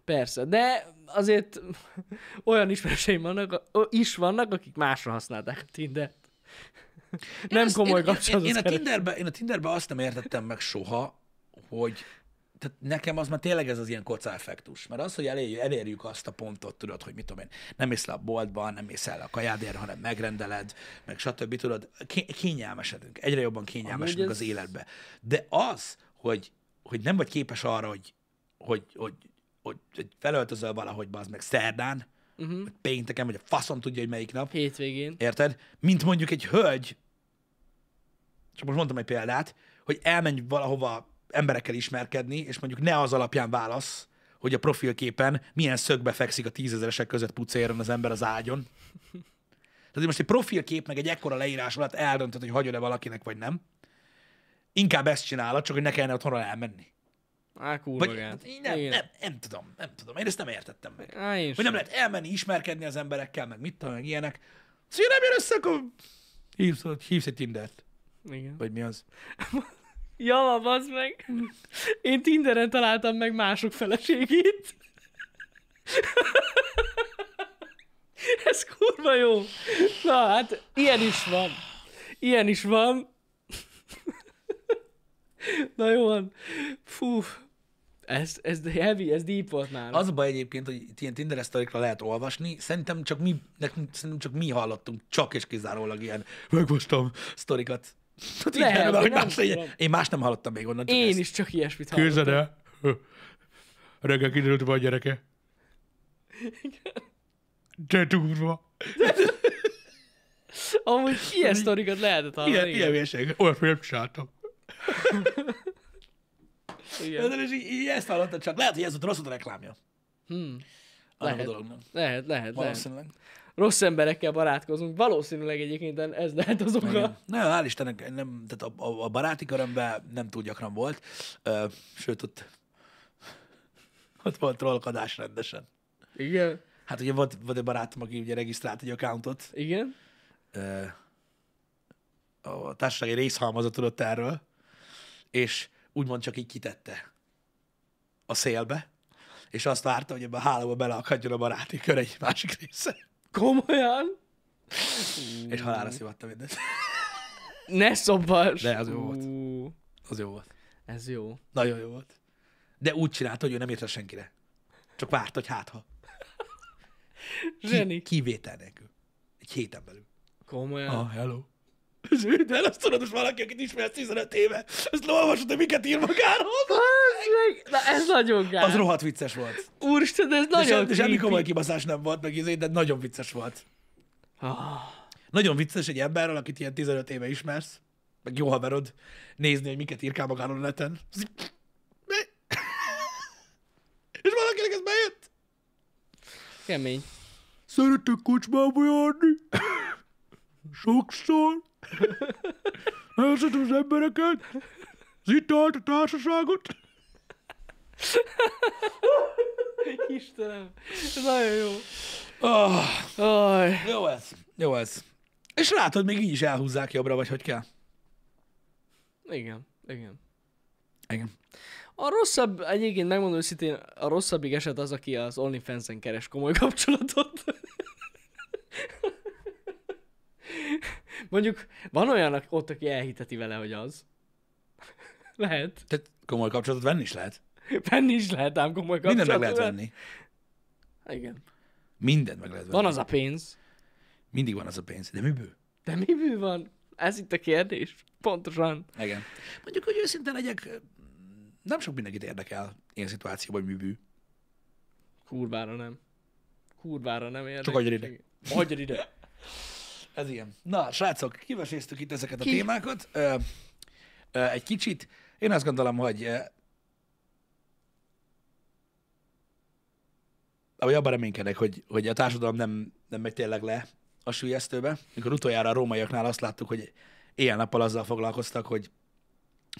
Persze, de azért olyan ismerőseim vannak, ö, is vannak, akik másra használták a Tindert. Nem
Azt-
komoly
én- én-
kapcsolatot
Én, én, a
keres.
Tinderbe, én a Tinderbe azt nem értettem meg soha, hogy tehát nekem az már tényleg ez az ilyen koca effektus. Mert az, hogy elérjük, elérjük azt a pontot, tudod, hogy mit tudom én, nem mész le a boltba, nem mész el a kajádért, hanem megrendeled, meg stb. Tudod, ké- kényelmesedünk. Egyre jobban kényelmesedünk
Amúgy
az
ez-
életbe. De az, hogy, hogy nem vagy képes arra, hogy, hogy, hogy, hogy, hogy felöltözöl valahogy, az meg szerdán,
Mhm.
uh-huh. vagy pénteken, vagy a faszom tudja, hogy melyik nap,
Hétvégén.
Érted? Mint mondjuk egy hölgy, csak most mondtam egy példát, hogy elmenj valahova emberekkel ismerkedni, és mondjuk ne az alapján válasz, hogy a profilképen milyen szögbe fekszik a tízezeresek között pucéron az ember az ágyon. Tehát most egy profilkép meg egy ekkora leírás alatt eldöntöd, hogy hagyod-e valakinek, vagy nem. Inkább ezt csinálod, csak hogy ne kellene otthonra elmenni.
Á, kurva
Vagy,
gát.
hát így nem,
Igen.
nem, nem, tudom, nem tudom. Én ezt nem értettem meg.
Á, én
Hogy
sem.
nem lehet elmenni, ismerkedni az emberekkel, meg mit tudom, meg ilyenek. Szóval nem jön össze, akkor hívsz, hívsz egy Tindert.
Igen.
Vagy mi az?
Ja, bazd meg. Én Tinderen találtam meg mások feleségét. Ez kurva jó. Na hát, ilyen is van. Ilyen is van. Na jó van. Fú. Ez, ez heavy, ez deep volt már.
Az a baj egyébként, hogy itt ilyen Tinder sztorikra lehet olvasni. Szerintem csak mi, nekünk, szerintem csak mi hallottunk csak és kizárólag ilyen megmostam sztorikat. Lehet, Hát
Lehet,
hogy
én nem
más, legyen.
tudom.
én más nem hallottam még onnan. Csak
Én
ezt.
is csak ilyesmit hallottam.
el. Reggel kiderült, van gyereke. De durva.
Amúgy ilyen sztorikat lehetett hallani.
Ilyen,
igen.
ilyen hülyeség. Olyan film csináltam.
igen.
Tudod, és így, így ezt hallottad csak. Lehet, hogy ez volt rossz volt a reklámja. Hmm. Annak a
Lehet.
dolognak.
Hm, Lehet, lehet, lehet.
Valószínűleg.
rossz emberekkel barátkozunk. Valószínűleg egyébként ez lehet az
Igen.
oka.
Na, hál' Istennek, nem, tehát a, a, a baráti körömben nem túl gyakran volt. Ö, sőt, ott Ott volt trollkodás rendesen.
Igen.
Hát ugye volt, volt egy barátom, aki ugye regisztrált egy accountot,
Igen.
ö, a társaság egy részhalmazat tudott erről, és úgymond csak így kitette a szélbe, és azt várta, hogy ebbe a hálóba beleakadjon a baráti kör egy másik része.
Komolyan?
És halálra szivatta mindent.
Ne szobass!
De az jó volt.
Ú,
Az jó volt.
Ez jó.
Nagyon jó volt. De úgy csinálta, hogy ő nem írt le senkire. Csak várt, hogy hátha.
Zseni.
Kivétel nélkül. Egy héten belül.
Komolyan.
Ah, hello. És üld el, azt tudod, most valaki, akit ismersz 15 éve, ezt leolvasod, hogy miket ír magáról.
Meg- Na ez nagyon gáz.
Az rohadt vicces volt.
Úristen, ez
De sem,
nagyon
de semmi komoly kibaszás nem volt, meg izé, de nagyon vicces volt.
Ah,
Nagyon vicces egy emberről, akit ilyen 15 éve ismersz, meg jó haverod, nézni, hogy miket írkál magáról a neten. Az így- Mi? És valakinek ez bejött?
kemény.
Szeretek kocsmába járni. Sokszor. Elszedem az embereket. Az italt, a társaságot.
Istenem, ez nagyon jó.
Oh,
Aj,
jó ez. Jó ez. És látod, még így is elhúzzák jobbra, vagy hogy kell.
igen, igen.
Igen.
A rosszabb, egyébként megmondom őszintén, a rosszabbik eset az, aki az OnlyFans-en keres komoly kapcsolatot. Mondjuk van olyan ak- ott, aki elhiteti vele, hogy az. Lehet.
Tehát komoly kapcsolatot venni is lehet.
Benni is lehet ám komoly kapcsolatot.
Mindent meg lehet venni.
Igen.
Mindent meg lehet venni.
Van az a pénz.
Mindig van az a pénz. De miből?
De mi bű van? Ez itt a kérdés. Pontosan.
Igen. Mondjuk, hogy őszintén legyek, nem sok mindenkit érdekel ilyen szituációban, hogy mibű.
Kurvára nem. Kurvára nem érdekes.
Csak hagyjad ide.
Hagyjad ide.
Ez ilyen. Na, srácok, kiveséztük itt ezeket a
Ki?
témákat. Ö, ö, egy kicsit. Én azt gondolom, hogy ö, ahogy abban reménykedek, hogy, hogy a társadalom nem, nem megy tényleg le a sűjesztőbe. Mikor utoljára a rómaiaknál azt láttuk, hogy éjjel-nappal azzal foglalkoztak, hogy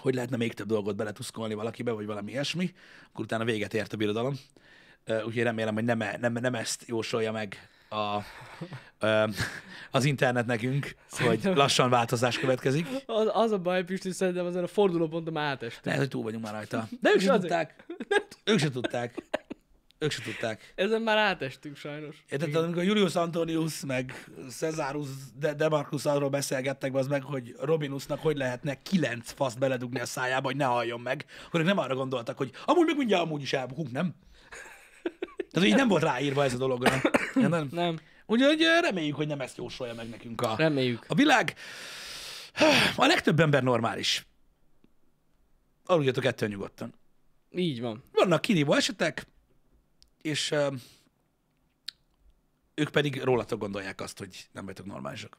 hogy lehetne még több dolgot beletuszkolni valakibe, vagy valami ilyesmi, akkor utána véget ért a birodalom. Ö, Úgyhogy remélem, hogy nem, e, nem, nem ezt jósolja meg a, ö, az internet nekünk, hogy lassan változás következik.
Az, az a baj, Pisti, szerintem ezen a fordulóponton már átestünk.
Lehet, hogy túl vagyunk már rajta. De ők se
Azért.
tudták. Ők se tudták. Ők se tudták.
Ezen már átestünk sajnos.
Érted, amikor Julius Antonius, meg Cezárus, De Demarcus arról beszélgettek az meg, hogy Robinusnak hogy lehetne kilenc faszt beledugni a szájába, hogy ne halljon meg, akkor ők nem arra gondoltak, hogy amúgy meg mindjárt amúgy is elbukunk, nem? Tehát így nem volt ráírva ez a dologra. Nem, nem.
Nem,
Úgyhogy eh, reméljük, hogy nem ezt jósolja meg nekünk a,
reméljük.
a világ. A legtöbb ember normális. Aludjatok ettől nyugodtan.
Így van.
Vannak kirívó esetek, és ö, ők pedig rólatok gondolják azt, hogy nem vagytok normálisak.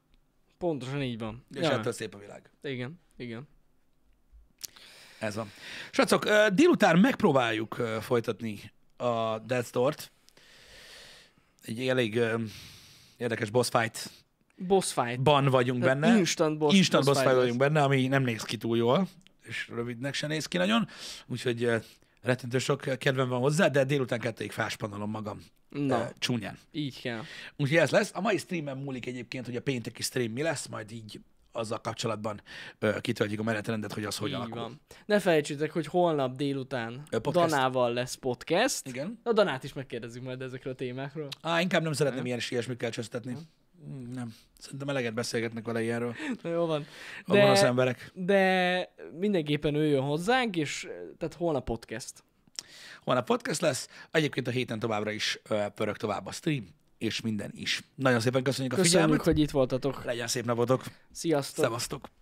Pontosan így van.
És hát
Ja,
ettől szép a világ.
Igen, igen.
Ez van. Srácok, ö, délután megpróbáljuk ö, folytatni a Death Store-t. Egy elég ö, érdekes boss fight-ban
Boss fight.
vagyunk
Tehát
benne.
Instant boss,
Instant boss fight
lesz.
vagyunk benne, ami nem néz ki túl jól, és rövidnek se néz ki nagyon, úgyhogy ö, rettentő sok ö, kedvem van hozzá, de délután kettőig fáspanolom magam
Na,
ö, csúnyán.
így kell.
Úgyhogy ez lesz. A mai streamen múlik egyébként, hogy a pénteki stream mi lesz, majd így azzal kapcsolatban ö, kitöltjük a menetrendet, hogy az hogy
Így
alakul.
van. Ne felejtsétek, hogy holnap délután
Ö, podcast.
Danával lesz podcast.
Igen.
A Danát is megkérdezzük majd ezekről a témákról.
Á, inkább nem
Hm?
szeretném ilyen és ilyesmikkel csöztetni. Mm, Nem. Szerintem eleget beszélgetnek vele ilyenről.
Na, jó van.
Abban az emberek.
de mindenképpen ő jön hozzánk, és eh, tehát holnap podcast.
Holnap podcast lesz, egyébként a héten továbbra is ö, pörög tovább a stream, és minden is. Nagyon szépen köszönjük a
Köszönjük,
figyelmet.
hogy itt voltatok.
Legyen szép napotok.
Sziasztok!
Szevasztok.